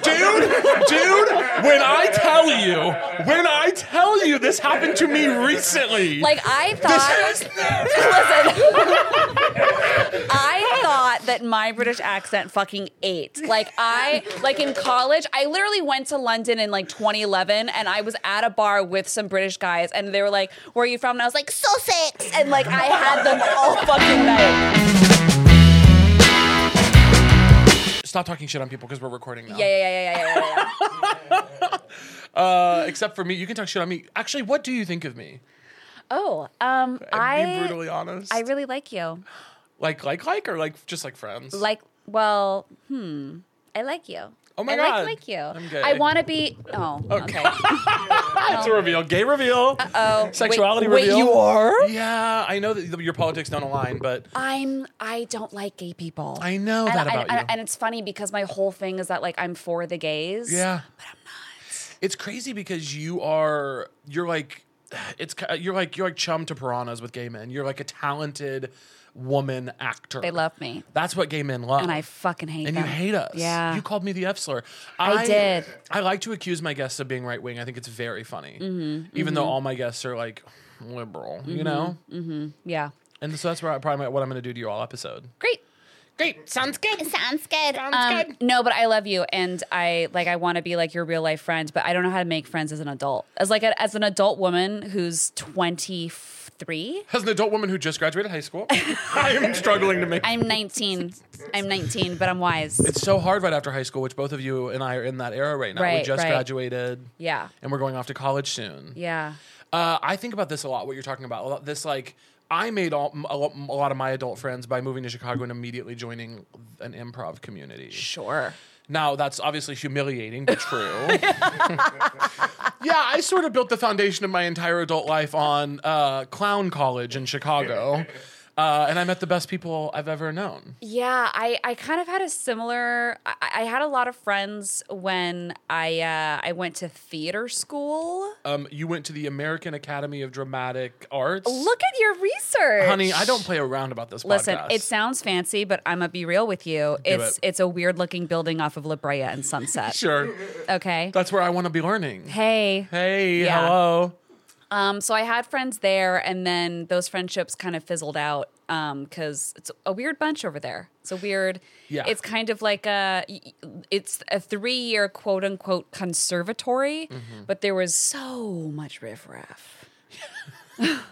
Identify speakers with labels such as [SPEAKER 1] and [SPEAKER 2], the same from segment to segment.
[SPEAKER 1] dude, dude, when I tell you, when I tell you this happened to me recently.
[SPEAKER 2] Like I thought. listen. I thought that my British accent fucking ate. Like I, like in college, I literally went to London in like 2011, and I was at a bar with some British guys, and they were like, "Where are you from?" And I was like, "Sussex," and like I had them all fucking night.
[SPEAKER 1] Stop talking shit on people because we're recording now.
[SPEAKER 2] Yeah, yeah, yeah, yeah, yeah, yeah. yeah.
[SPEAKER 1] Uh, except for me, you can talk shit on me. Actually, what do you think of me?
[SPEAKER 2] Oh, um,
[SPEAKER 1] be
[SPEAKER 2] I,
[SPEAKER 1] brutally honest.
[SPEAKER 2] I really like you.
[SPEAKER 1] like, like, like, or like, just like friends.
[SPEAKER 2] Like, well, hmm, I like you.
[SPEAKER 1] Oh my
[SPEAKER 2] I
[SPEAKER 1] God.
[SPEAKER 2] Like, like you.
[SPEAKER 1] I'm gay.
[SPEAKER 2] I want to be. Oh, okay.
[SPEAKER 1] it's a reveal, gay reveal,
[SPEAKER 2] oh,
[SPEAKER 1] sexuality
[SPEAKER 2] wait,
[SPEAKER 1] reveal.
[SPEAKER 2] Wait, you are?
[SPEAKER 1] Yeah, I know that your politics don't align, but
[SPEAKER 2] I'm. I don't like gay people.
[SPEAKER 1] I know
[SPEAKER 2] and,
[SPEAKER 1] that about
[SPEAKER 2] and,
[SPEAKER 1] you.
[SPEAKER 2] And it's funny because my whole thing is that like I'm for the gays.
[SPEAKER 1] Yeah. But I'm not. It's crazy because you are you're like it's ki- you're like you're like chum to piranhas with gay men. You're like a talented woman actor.
[SPEAKER 2] They love me.
[SPEAKER 1] That's what gay men love.
[SPEAKER 2] And I fucking hate
[SPEAKER 1] And
[SPEAKER 2] them.
[SPEAKER 1] you hate us.
[SPEAKER 2] Yeah.
[SPEAKER 1] You called me the F slur.
[SPEAKER 2] I did.
[SPEAKER 1] I like to accuse my guests of being right wing. I think it's very funny.
[SPEAKER 2] Mm-hmm,
[SPEAKER 1] Even though all my guests are like liberal, you know?
[SPEAKER 2] mm-hmm. Yeah.
[SPEAKER 1] And so that's where I, probably what I'm going to do to you all episode.
[SPEAKER 2] Great.
[SPEAKER 1] Great. Sounds good.
[SPEAKER 2] Sounds good.
[SPEAKER 1] Sounds
[SPEAKER 3] Um,
[SPEAKER 1] good.
[SPEAKER 2] Um, No, but I love you, and I like. I want to be like your real life friend, but I don't know how to make friends as an adult. As like a, as an adult woman who's twenty three.
[SPEAKER 1] As an adult woman who just graduated high school, I am struggling to make
[SPEAKER 2] I'm nineteen. I'm nineteen, but I'm wise.
[SPEAKER 1] It's so hard right after high school, which both of you and I are in that era right now. we
[SPEAKER 2] Right,
[SPEAKER 1] just
[SPEAKER 2] right.
[SPEAKER 1] graduated.
[SPEAKER 2] Yeah.
[SPEAKER 1] And we're going off to college soon.
[SPEAKER 2] Yeah.
[SPEAKER 1] Uh, I think about this a lot, what you're talking about. a lot- This, like, I made all, a lot- a lot of my adult friends by moving to Chicago and immediately joining an improv community.
[SPEAKER 2] Sure.
[SPEAKER 1] Now, that's obviously humiliating, but true. yeah, I sort of built the foundation of my entire adult life on uh, clown college in Chicago. Uh, and I met the best people I've ever known.
[SPEAKER 2] Yeah, I, I kind of had a similar. I, I had a lot of friends when I uh, I went to theater school.
[SPEAKER 1] Um, you went to the American Academy of Dramatic Arts.
[SPEAKER 2] Look at your research,
[SPEAKER 1] Honey, I don't play around about this
[SPEAKER 2] Listen,
[SPEAKER 1] podcast.
[SPEAKER 2] it sounds fancy, but I'm gonna be real with you. It's
[SPEAKER 1] it.
[SPEAKER 2] it's a weird looking building off of La Brea and Sunset.
[SPEAKER 1] sure.
[SPEAKER 2] Okay.
[SPEAKER 1] That's where I want to be learning.
[SPEAKER 2] Hey.
[SPEAKER 1] Hey,
[SPEAKER 2] Yeah.
[SPEAKER 1] hello.
[SPEAKER 2] Um, so I had friends there, and then those friendships kind of fizzled out because it's a weird bunch over there. It's a weird.
[SPEAKER 1] Yeah.
[SPEAKER 2] It's kind of like a. It's a three-year quote unquote conservatory,
[SPEAKER 1] Mm-hmm.
[SPEAKER 2] but there was so much riffraff.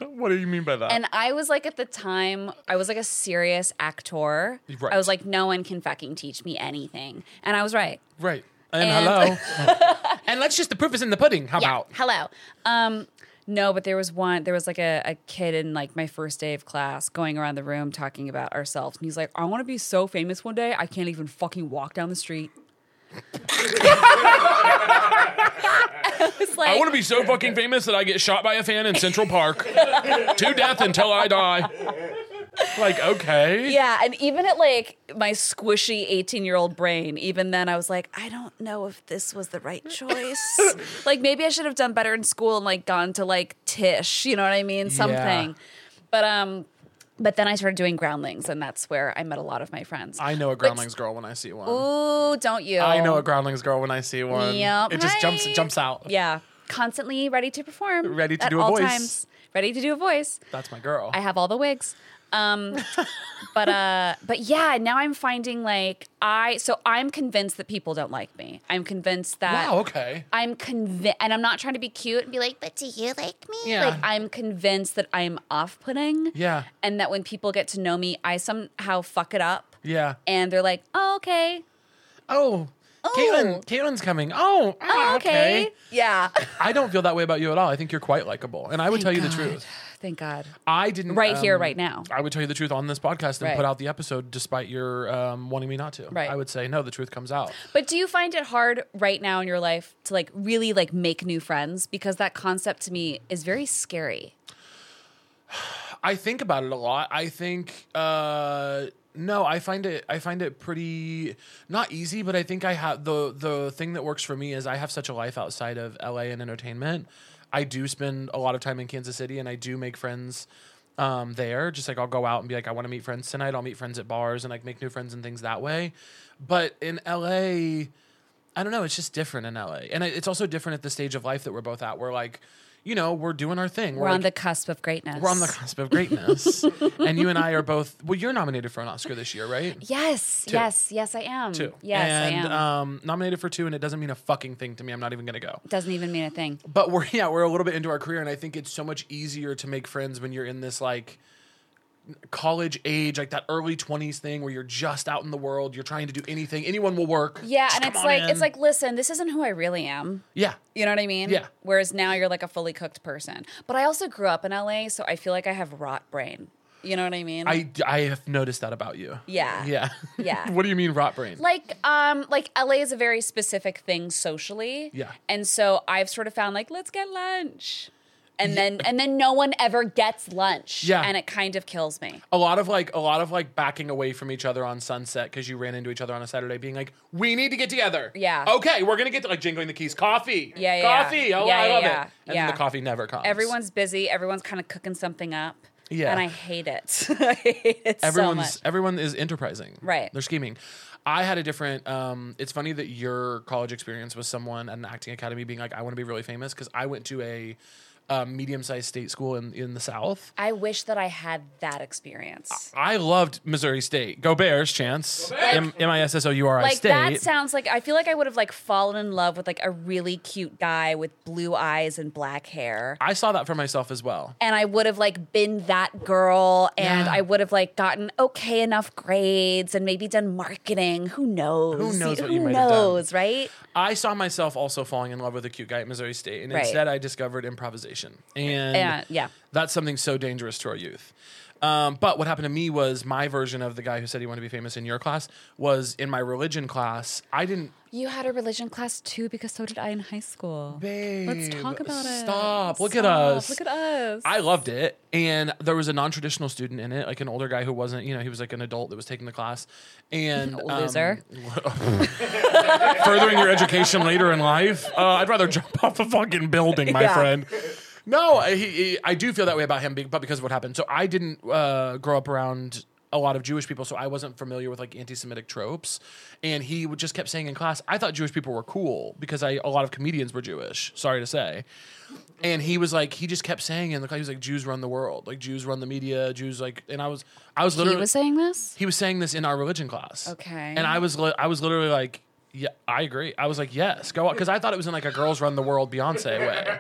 [SPEAKER 1] What do you mean by that?
[SPEAKER 2] And I was like, at the time, I was like a serious actor.
[SPEAKER 1] Right.
[SPEAKER 2] I was like, no one can fucking teach me anything, and I was right.
[SPEAKER 1] right. And,
[SPEAKER 2] and-
[SPEAKER 1] hello. and let's just the proof is in the pudding. How
[SPEAKER 2] Yeah.
[SPEAKER 1] about?
[SPEAKER 2] Hello. Um, no, but there was one. There was like a, a kid in like my first day of class going around the room talking about ourselves, and he's like, "I want to be so famous one day I can't even fucking walk down the street." it's like
[SPEAKER 1] I want to be so fucking famous that I get shot by a fan in Central Park to death until I die. Like, okay.
[SPEAKER 2] yeah, and even at like my squishy eighteen-year-old brain, even then I was like, I don't know if this was the right choice. like maybe I should have done better in school and like gone to like Tish, you know what I mean? Something. But um, but then I started doing groundlings, and that's where I met a lot of my friends.
[SPEAKER 1] I know a groundlings girl when I see one.
[SPEAKER 2] Ooh, don't you?
[SPEAKER 1] I know a groundlings girl when I see one.
[SPEAKER 2] Yep.
[SPEAKER 1] It just jumps
[SPEAKER 2] Hi.
[SPEAKER 1] jumps out.
[SPEAKER 2] Yeah, constantly ready to perform.
[SPEAKER 1] Ready to
[SPEAKER 2] at
[SPEAKER 1] do a
[SPEAKER 2] all
[SPEAKER 1] voice.
[SPEAKER 2] Times. Ready to do a voice.
[SPEAKER 1] That's my girl.
[SPEAKER 2] I have all the wigs. Um, but uh, but yeah, now I'm finding like I so I'm convinced that people don't like me. I'm convinced that
[SPEAKER 1] wow, okay.
[SPEAKER 2] I'm convinced, and I'm not trying to be cute and be like, but do you like me?
[SPEAKER 1] Yeah.
[SPEAKER 2] Like, I'm convinced that I'm off putting.
[SPEAKER 1] Yeah.
[SPEAKER 2] And that when people get to know me, I somehow fuck it up.
[SPEAKER 1] Yeah.
[SPEAKER 2] And they're like, oh, okay.
[SPEAKER 1] Oh, Caitlin, Caitlin's coming. Oh, ah,
[SPEAKER 2] Oh, okay. Yeah.
[SPEAKER 1] I don't feel that way about you at all. I think you're quite likable, and I would tell you the
[SPEAKER 2] God.
[SPEAKER 1] truth.
[SPEAKER 2] Thank God.
[SPEAKER 1] I didn't um,
[SPEAKER 2] Right here, right now.
[SPEAKER 1] I would tell you the truth on this podcast and
[SPEAKER 2] Right.
[SPEAKER 1] put out the episode, despite your um, wanting me not to.
[SPEAKER 2] Right.
[SPEAKER 1] I would say no. The truth comes out.
[SPEAKER 2] But do you find it hard right now in your life to like really like make new friends? Because that concept to me is very scary.
[SPEAKER 1] I think about it a lot. I think uh no, I find it I find it pretty not easy, but I think I have the the thing that works for me is I have such a life outside of LA and entertainment. I do spend a lot of time in Kansas City and I do make friends um there. Just like I'll go out and be like I want to meet friends tonight. I'll meet friends at bars and like make new friends and things that way. But in LA I don't know. It's just different in LA, and it- it's also different at the stage of life that we're both at. We're like, you know, we're doing our thing.
[SPEAKER 2] We're
[SPEAKER 1] like,
[SPEAKER 2] on the cusp of greatness.
[SPEAKER 1] we're on the cusp of greatness, and you and I are both. Well, you're nominated for an Oscar this year, right?
[SPEAKER 2] Yes, yes, yes, I am.
[SPEAKER 1] Two.
[SPEAKER 2] Yes,
[SPEAKER 1] and,
[SPEAKER 2] I am.
[SPEAKER 1] Um, nominated for two, and it doesn't mean a fucking thing to me. I'm not even gonna go.
[SPEAKER 2] Doesn't even mean a thing.
[SPEAKER 1] But we're yeah, we're a little bit into our career, and I think it's so much easier to make friends when you're in this like college age, like that early twenties thing where you're just out in the world, you're trying to do anything, anyone will work.
[SPEAKER 2] Yeah,
[SPEAKER 1] Just
[SPEAKER 2] and
[SPEAKER 1] come
[SPEAKER 2] it's
[SPEAKER 1] on
[SPEAKER 2] like
[SPEAKER 1] in.
[SPEAKER 2] it's like listen, this isn't who I really am.
[SPEAKER 1] yeah,
[SPEAKER 2] You know what I mean?
[SPEAKER 1] Yeah.
[SPEAKER 2] Whereas now you're like a fully cooked person. But I also grew up in LA, so I feel like I have rot brain. You know what I mean?
[SPEAKER 1] I I have noticed that about you.
[SPEAKER 2] Yeah.
[SPEAKER 1] yeah,
[SPEAKER 2] Yeah.
[SPEAKER 1] what do you mean rot brain?
[SPEAKER 2] like um like LA is a very specific thing socially.
[SPEAKER 1] Yeah.
[SPEAKER 2] And so I've sort of found like let's get lunch. And then and then no one ever gets lunch.
[SPEAKER 1] Yeah.
[SPEAKER 2] And it kind of kills me.
[SPEAKER 1] a lot of like a lot of like backing away from each other on sunset because you ran into each other on a Saturday, being like, "We need to get together."
[SPEAKER 2] Yeah.
[SPEAKER 1] Okay, we're gonna get to like jingling the keys, coffee.
[SPEAKER 2] Yeah, yeah,
[SPEAKER 1] coffee.
[SPEAKER 2] yeah.
[SPEAKER 1] Oh,
[SPEAKER 2] Yeah,
[SPEAKER 1] I
[SPEAKER 2] yeah,
[SPEAKER 1] love
[SPEAKER 2] yeah.
[SPEAKER 1] it. And
[SPEAKER 2] Yeah.
[SPEAKER 1] then the coffee never comes.
[SPEAKER 2] Everyone's busy, everyone's kind of cooking something up.
[SPEAKER 1] Yeah.
[SPEAKER 2] And I hate it. I hate it so
[SPEAKER 1] everyone's
[SPEAKER 2] much.
[SPEAKER 1] everyone is enterprising.
[SPEAKER 2] Right.
[SPEAKER 1] They're scheming. I had a different. Um, it's funny that your college experience was someone at an acting academy being like, "I want to be really famous," because I went to a. Uh, medium-sized state school in, in the South.
[SPEAKER 2] I wish that I had that experience.
[SPEAKER 1] I loved Missouri State. Go Bears, Chance. M I S S O U R I
[SPEAKER 2] Like
[SPEAKER 1] State.
[SPEAKER 2] that sounds like I feel like I would have like fallen in love with like a really cute guy with blue eyes and black hair.
[SPEAKER 1] I saw that for myself as well.
[SPEAKER 2] and I would have like been that girl and
[SPEAKER 1] Yeah.
[SPEAKER 2] I would have like gotten okay enough grades and maybe done marketing. Who knows?
[SPEAKER 1] Who knows what
[SPEAKER 2] Who
[SPEAKER 1] you might have done?
[SPEAKER 2] knows, right?
[SPEAKER 1] I saw myself also falling in love with a cute guy at Missouri State, and
[SPEAKER 2] Right.
[SPEAKER 1] instead I discovered improvisation, and
[SPEAKER 2] Yeah, yeah.
[SPEAKER 1] that's something so dangerous to our youth. Um, but what happened to me was my version of the guy who said he wanted to be famous in your class was in my religion class. I didn't.
[SPEAKER 2] You had a religion class too because so did I in high school.
[SPEAKER 1] Babe,
[SPEAKER 2] Let's talk about it.
[SPEAKER 1] Stop. Look at
[SPEAKER 2] Stop.
[SPEAKER 1] us.
[SPEAKER 2] Look at us.
[SPEAKER 1] I loved it. And there was a non traditional student in it, like an older guy who wasn't, you know, he was like an adult that was taking the class. And um,
[SPEAKER 2] Loser.
[SPEAKER 1] furthering your education later in life. Uh, I'd rather jump off a fucking building, my
[SPEAKER 2] Yeah.
[SPEAKER 1] friend. No, I- he, he, I do feel that way about him, be- but because of what happened. So I didn't uh, grow up around a lot of Jewish people, so I wasn't familiar with like anti-Semitic tropes. And he would just kept saying in class, "I thought Jewish people were cool because I a lot of comedians were Jewish." Sorry to say. And he was like, he just kept saying in the class, he was like, "Jews run the world, like Jews run the media, Jews like." And I was, I was
[SPEAKER 2] he
[SPEAKER 1] literally,
[SPEAKER 2] was saying this?
[SPEAKER 1] he was saying this in our religion class.
[SPEAKER 2] Okay.
[SPEAKER 1] And I was li- I was literally like, yeah, I agree. I was like, yes, go out because I thought it was in like a girls run the world Beyonce way.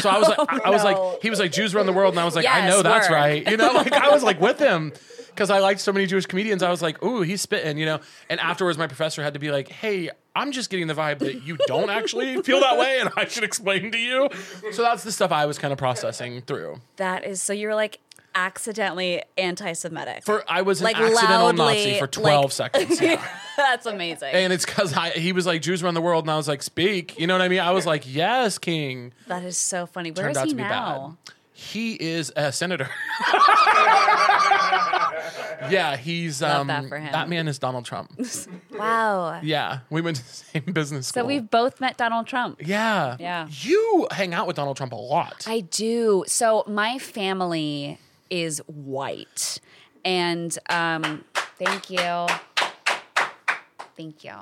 [SPEAKER 1] So I was like, I, I was
[SPEAKER 2] Oh, no.
[SPEAKER 1] like, he was like Jews run the world, and I was like, I
[SPEAKER 2] Yes,
[SPEAKER 1] know that's
[SPEAKER 2] word.
[SPEAKER 1] right. You know, like I was like with him because I liked so many Jewish comedians. I was like, ooh, he's spitting. You know. And afterwards, my professor had to be like, hey. I'm just getting the vibe that you don't actually feel that way, and I should explain to you. So that's the stuff I was kind of processing through.
[SPEAKER 2] That is so you were like accidentally anti Semitic.
[SPEAKER 1] For I was an
[SPEAKER 2] Like,
[SPEAKER 1] accidental
[SPEAKER 2] loudly,
[SPEAKER 1] Nazi for
[SPEAKER 2] like-
[SPEAKER 1] 12 seconds. Yeah.
[SPEAKER 2] That's amazing.
[SPEAKER 1] And it's because he was like, Jews run the world. And I was like, speak. You know what I mean? I was like, yes, King.
[SPEAKER 2] that is so funny. Where
[SPEAKER 1] Turned
[SPEAKER 2] is
[SPEAKER 1] out
[SPEAKER 2] he
[SPEAKER 1] to be
[SPEAKER 2] now?
[SPEAKER 1] bad. He is a senator. yeah, he's. Um,
[SPEAKER 2] that for him.
[SPEAKER 1] man is Donald Trump.
[SPEAKER 2] Wow.
[SPEAKER 1] yeah, we went to the same business school.
[SPEAKER 2] So we've both met Donald Trump.
[SPEAKER 1] Yeah.
[SPEAKER 2] Yeah.
[SPEAKER 1] You hang out with Donald Trump a lot.
[SPEAKER 2] I do. So my family is white, and um, thank you. Thank you.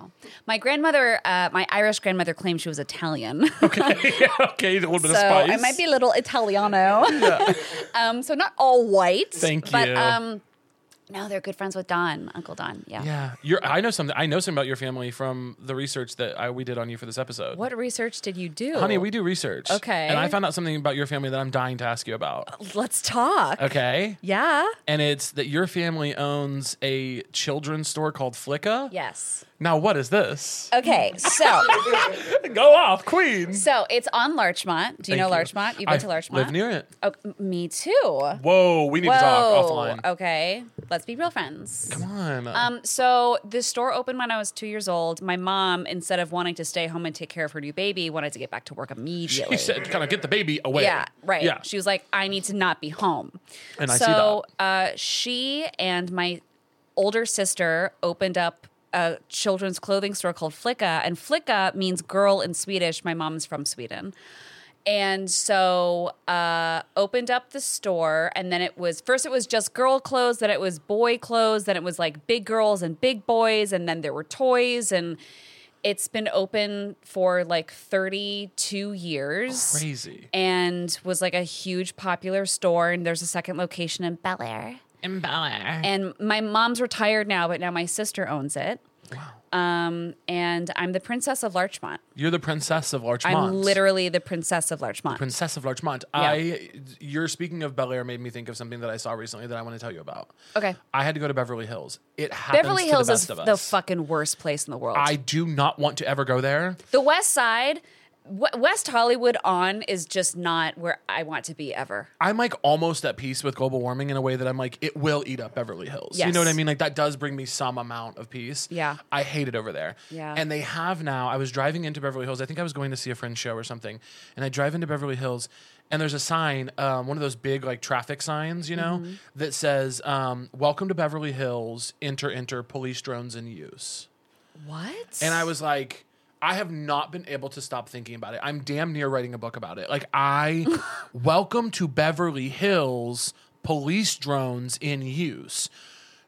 [SPEAKER 2] My grandmother, uh, my Irish grandmother, claimed she was Italian,
[SPEAKER 1] okay. okay, a little bit
[SPEAKER 2] so
[SPEAKER 1] of spice.
[SPEAKER 2] I might be a little Italiano. um, so not all white.
[SPEAKER 1] Thank
[SPEAKER 2] but,
[SPEAKER 1] you.
[SPEAKER 2] Um, no, they're good friends with Don, Uncle Don. Yeah.
[SPEAKER 1] Yeah, you're, I know something. I know something about your family from the research that I, we did on you for this episode.
[SPEAKER 2] What research did you do,
[SPEAKER 1] Honey, we do research.
[SPEAKER 2] Okay.
[SPEAKER 1] And I found out something about your family that I'm dying to ask you about.
[SPEAKER 2] Let's talk.
[SPEAKER 1] Okay.
[SPEAKER 2] Yeah.
[SPEAKER 1] and it's that your family owns a children's store called Flicka.
[SPEAKER 2] Yes.
[SPEAKER 1] Now, what is this?
[SPEAKER 2] Okay. So.
[SPEAKER 1] Go off, Queen.
[SPEAKER 2] So it's on Larchmont. Do you know
[SPEAKER 1] Thank
[SPEAKER 2] Larchmont? You've been
[SPEAKER 1] I
[SPEAKER 2] to Larchmont?
[SPEAKER 1] Live near it.
[SPEAKER 2] Oh, m- me too. Whoa.
[SPEAKER 1] Whoa, we need to talk offline.
[SPEAKER 2] Okay. Let's be real friends.
[SPEAKER 1] Come on.
[SPEAKER 2] Oh. Um, so the store opened when I was two years old. My mom, instead of wanting to stay home and take care of her new baby, wanted to get back to work immediately.
[SPEAKER 1] you said kind of get the baby away.
[SPEAKER 2] yeah, right.
[SPEAKER 1] Yeah.
[SPEAKER 2] She was like, I need to not be home.
[SPEAKER 1] And I see
[SPEAKER 2] so uh, she and my older sister opened up a children's clothing store called Flicka, and Flicka means girl in Swedish. My mom's from Sweden. And so uh, opened up the store, and then it was first it was just girl clothes, then it was boy clothes, then it was like big girls and big boys, and then there were toys and It's been open for like 32 years.
[SPEAKER 1] Crazy.
[SPEAKER 2] And was like a huge popular store. And there's a second location in Bel Air.
[SPEAKER 1] In Bel Air.
[SPEAKER 2] And my mom's retired now, but now my sister owns it. Wow. Um, and I'm the princess of Larchmont.
[SPEAKER 1] You're the princess of Larchmont.
[SPEAKER 2] I'm literally the princess of Larchmont.
[SPEAKER 1] Princess of Larchmont. I, you're speaking of Bel Air made me think of something that I saw recently that I want to tell you about.
[SPEAKER 2] Okay.
[SPEAKER 1] I had to go to Beverly Hills. It happens
[SPEAKER 2] Beverly
[SPEAKER 1] to
[SPEAKER 2] Hills
[SPEAKER 1] the
[SPEAKER 2] is
[SPEAKER 1] best of us.
[SPEAKER 2] the fucking worst place in the world.
[SPEAKER 1] I do not want to ever go there.
[SPEAKER 2] the West Side, w- West Hollywood on is just not where I want to be ever.
[SPEAKER 1] I'm like almost at peace with global warming in a way that I'm like, it will eat up Beverly Hills. You
[SPEAKER 2] Yes.
[SPEAKER 1] know what I mean? Like that does bring me some amount of peace.
[SPEAKER 2] Yeah.
[SPEAKER 1] I hate it over there.
[SPEAKER 2] Yeah.
[SPEAKER 1] And they have now, I was driving into Beverly Hills. I think I was going to see a friend's show or something. And I drive into Beverly Hills and there's a sign, um, one of those big like traffic signs, you
[SPEAKER 2] Mm-hmm.
[SPEAKER 1] know, that says, um, Welcome to Beverly Hills, enter, enter, police drones in use.
[SPEAKER 2] What?
[SPEAKER 1] And I was like, I have not been able to stop thinking about it. I'm damn near writing a book about it. Like, I welcome to Beverly Hills police drones in use.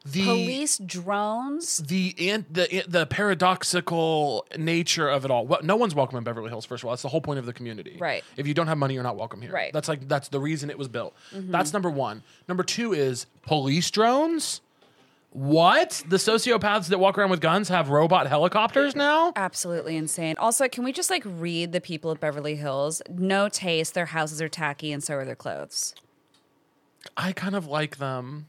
[SPEAKER 1] The
[SPEAKER 2] police drones.
[SPEAKER 1] the and the the paradoxical nature of it all. Well, no one's welcome in Beverly Hills. First of all, that's the whole point of the community.
[SPEAKER 2] Right.
[SPEAKER 1] If you don't have money, you're not welcome here.
[SPEAKER 2] Right. Mm-hmm.
[SPEAKER 1] That's like that's the reason it was built. That's number one. Number two is police drones. What the sociopaths that walk around with guns have robot helicopters now?
[SPEAKER 2] Absolutely insane. Also, can we just like read the people of Beverly Hills? No taste. Their houses are tacky, and so are their clothes.
[SPEAKER 1] I kind of like them.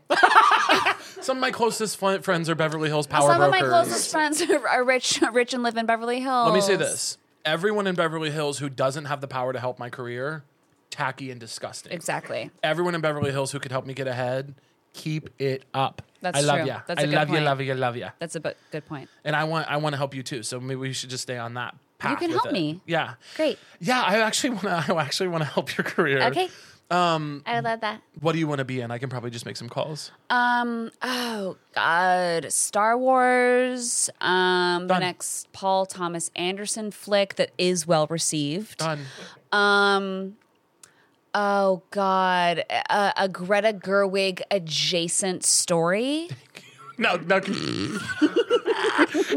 [SPEAKER 1] Some of my closest fl- friends are Beverly Hills power
[SPEAKER 2] Some of my
[SPEAKER 1] brokers.
[SPEAKER 2] closest friends are rich, rich and live in Beverly Hills.
[SPEAKER 1] Let me say this: everyone in Beverly Hills who doesn't have the power to help my career, tacky and disgusting.
[SPEAKER 2] Exactly.
[SPEAKER 1] everyone in Beverly Hills who could help me get ahead, keep it up.
[SPEAKER 2] That's
[SPEAKER 1] I love
[SPEAKER 2] true.
[SPEAKER 1] ya.
[SPEAKER 2] That's
[SPEAKER 1] I
[SPEAKER 2] a good
[SPEAKER 1] love you.
[SPEAKER 2] point.
[SPEAKER 1] Love you. Love you.
[SPEAKER 2] That's a bu- good point.
[SPEAKER 1] And I want. I want to help you too. So maybe we should just stay on that path.
[SPEAKER 2] can
[SPEAKER 1] with
[SPEAKER 2] help
[SPEAKER 1] it.
[SPEAKER 2] me.
[SPEAKER 1] Yeah.
[SPEAKER 2] Great.
[SPEAKER 1] Yeah. I actually want to. I actually want to help your career.
[SPEAKER 2] Okay. Um, I love that.
[SPEAKER 1] What do you want to be in? I can probably just make some calls.
[SPEAKER 2] Um. Oh God, Star Wars. Um. The
[SPEAKER 1] Done.
[SPEAKER 2] next Paul Thomas Anderson flick that is well received.
[SPEAKER 1] Done.
[SPEAKER 2] Um. Oh God, a, a Greta Gerwig adjacent story.
[SPEAKER 1] Now, now can,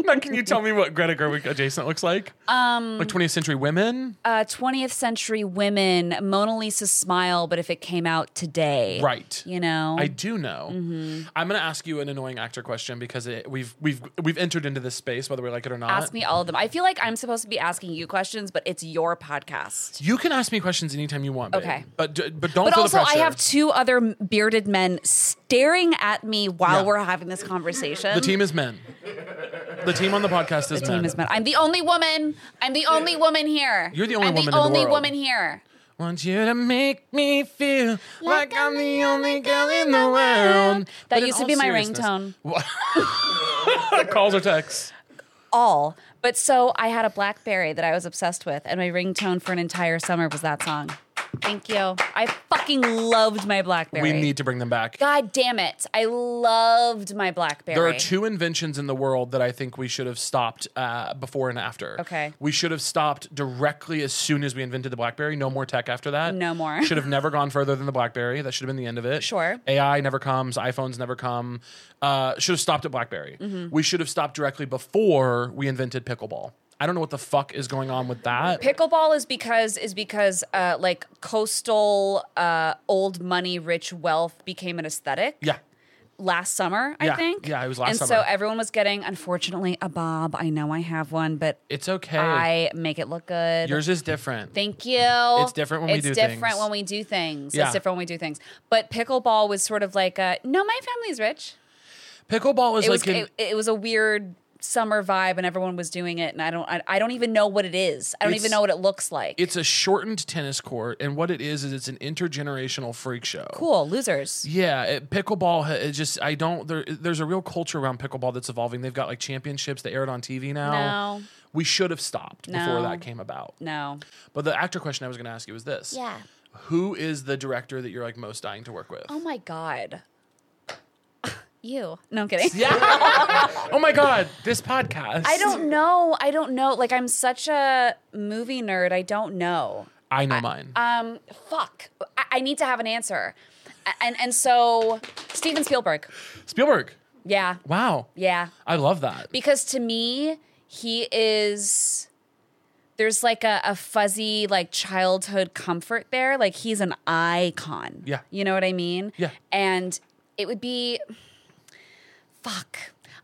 [SPEAKER 1] now can you tell me what Greta Gerwig adjacent looks like? Um, like 20th century women,
[SPEAKER 2] Uh, 20th century women, Mona Lisa smile, but if it came out today,
[SPEAKER 1] right?
[SPEAKER 2] You know,
[SPEAKER 1] I do know.
[SPEAKER 2] Mm-hmm.
[SPEAKER 1] I'm going to ask you an annoying actor question because it, we've we've we've entered into this space whether we like it or not.
[SPEAKER 2] ask me all of them. I feel like I'm supposed to be asking you questions, but it's your podcast.
[SPEAKER 1] You can ask me questions anytime you want. Babe.
[SPEAKER 2] Okay.
[SPEAKER 1] but d- but don't
[SPEAKER 2] But
[SPEAKER 1] feel
[SPEAKER 2] also,
[SPEAKER 1] the pressure.
[SPEAKER 2] I have two other m- bearded men staring at me while
[SPEAKER 1] Yeah.
[SPEAKER 2] we're having this conversation.
[SPEAKER 1] the team is men. The team on the podcast is
[SPEAKER 2] The
[SPEAKER 1] men.
[SPEAKER 2] team is men. I'm the only woman. I'm the only woman here.
[SPEAKER 1] You're the only
[SPEAKER 2] I'm
[SPEAKER 1] woman in
[SPEAKER 2] the
[SPEAKER 1] the
[SPEAKER 2] only
[SPEAKER 1] world.
[SPEAKER 2] woman here.
[SPEAKER 1] Want you to make me feel like, I'm the only girl in the world.
[SPEAKER 2] That
[SPEAKER 1] But in
[SPEAKER 2] used to
[SPEAKER 1] all
[SPEAKER 2] be my
[SPEAKER 1] seriousness-
[SPEAKER 2] ringtone.
[SPEAKER 1] Wha- Calls or texts.
[SPEAKER 2] All. But so I had a Blackberry that I was obsessed with, and my ringtone for an entire summer was that song. Thank you. I fucking loved my Blackberry.
[SPEAKER 1] We need to bring them back.
[SPEAKER 2] God damn it. I loved my Blackberry.
[SPEAKER 1] There are two inventions in the world that I think we should have stopped uh, before and after.
[SPEAKER 2] Okay.
[SPEAKER 1] We should have stopped directly as soon as we invented the BlackBerry. No more tech after that.
[SPEAKER 2] No more.
[SPEAKER 1] should have never gone further than the BlackBerry. That should have been the end of it.
[SPEAKER 2] Sure.
[SPEAKER 1] AI never comes. iPhones never come. Uh, should have stopped at BlackBerry.
[SPEAKER 2] Mm-hmm.
[SPEAKER 1] We should have stopped directly before we invented pickleball. I don't know what the fuck is going on with that.
[SPEAKER 2] pickleball is because is because uh, like coastal uh, old money rich wealth became an aesthetic
[SPEAKER 1] yeah.
[SPEAKER 2] last summer i
[SPEAKER 1] Yeah.
[SPEAKER 2] think
[SPEAKER 1] Yeah, it was last
[SPEAKER 2] and
[SPEAKER 1] summer.
[SPEAKER 2] so everyone was getting unfortunately a bob i know i have one but
[SPEAKER 1] It's okay.
[SPEAKER 2] i make it look good
[SPEAKER 1] Yours is different.
[SPEAKER 2] Thank you.
[SPEAKER 1] It's different when we do
[SPEAKER 2] It's different
[SPEAKER 1] things.
[SPEAKER 2] when we do things.
[SPEAKER 1] Yeah.
[SPEAKER 2] It's different when we do things. But pickleball was sort of like a no, my family's rich.
[SPEAKER 1] pickleball is
[SPEAKER 2] It
[SPEAKER 1] like
[SPEAKER 2] was
[SPEAKER 1] an-
[SPEAKER 2] it, it was a weird summer vibe and everyone was doing it and I don't I, I don't even know what it is. I don't
[SPEAKER 1] It's-
[SPEAKER 2] even know what it looks like.
[SPEAKER 1] it's a shortened tennis court, and what it is is it's an intergenerational freak show.
[SPEAKER 2] cool, losers.
[SPEAKER 1] Yeah, it, pickleball. ha- It just I don't. There, there's a real culture around pickleball that's evolving. They've got like championships. They air it on TV now.
[SPEAKER 2] No.
[SPEAKER 1] We should have stopped before
[SPEAKER 2] No.
[SPEAKER 1] that came about.
[SPEAKER 2] No.
[SPEAKER 1] But the actor question I was going to ask you was this:
[SPEAKER 2] Yeah.
[SPEAKER 1] Who is the director that you're like most dying to work with?
[SPEAKER 2] Oh my god. You. No, I'm kidding.
[SPEAKER 1] yeah. oh my god, this podcast.
[SPEAKER 2] I don't know. I don't know. Like I'm such a movie nerd. I don't know.
[SPEAKER 1] I know mine.
[SPEAKER 2] Um, fuck. I, I need to have an answer. A- And and so Steven Spielberg.
[SPEAKER 1] Spielberg.
[SPEAKER 2] Yeah.
[SPEAKER 1] Wow.
[SPEAKER 2] Yeah.
[SPEAKER 1] I love that.
[SPEAKER 2] Because to me, he is there's like a, a fuzzy like childhood comfort there like he's an icon
[SPEAKER 1] Yeah.
[SPEAKER 2] you know what i mean
[SPEAKER 1] Yeah.
[SPEAKER 2] and it would be fuck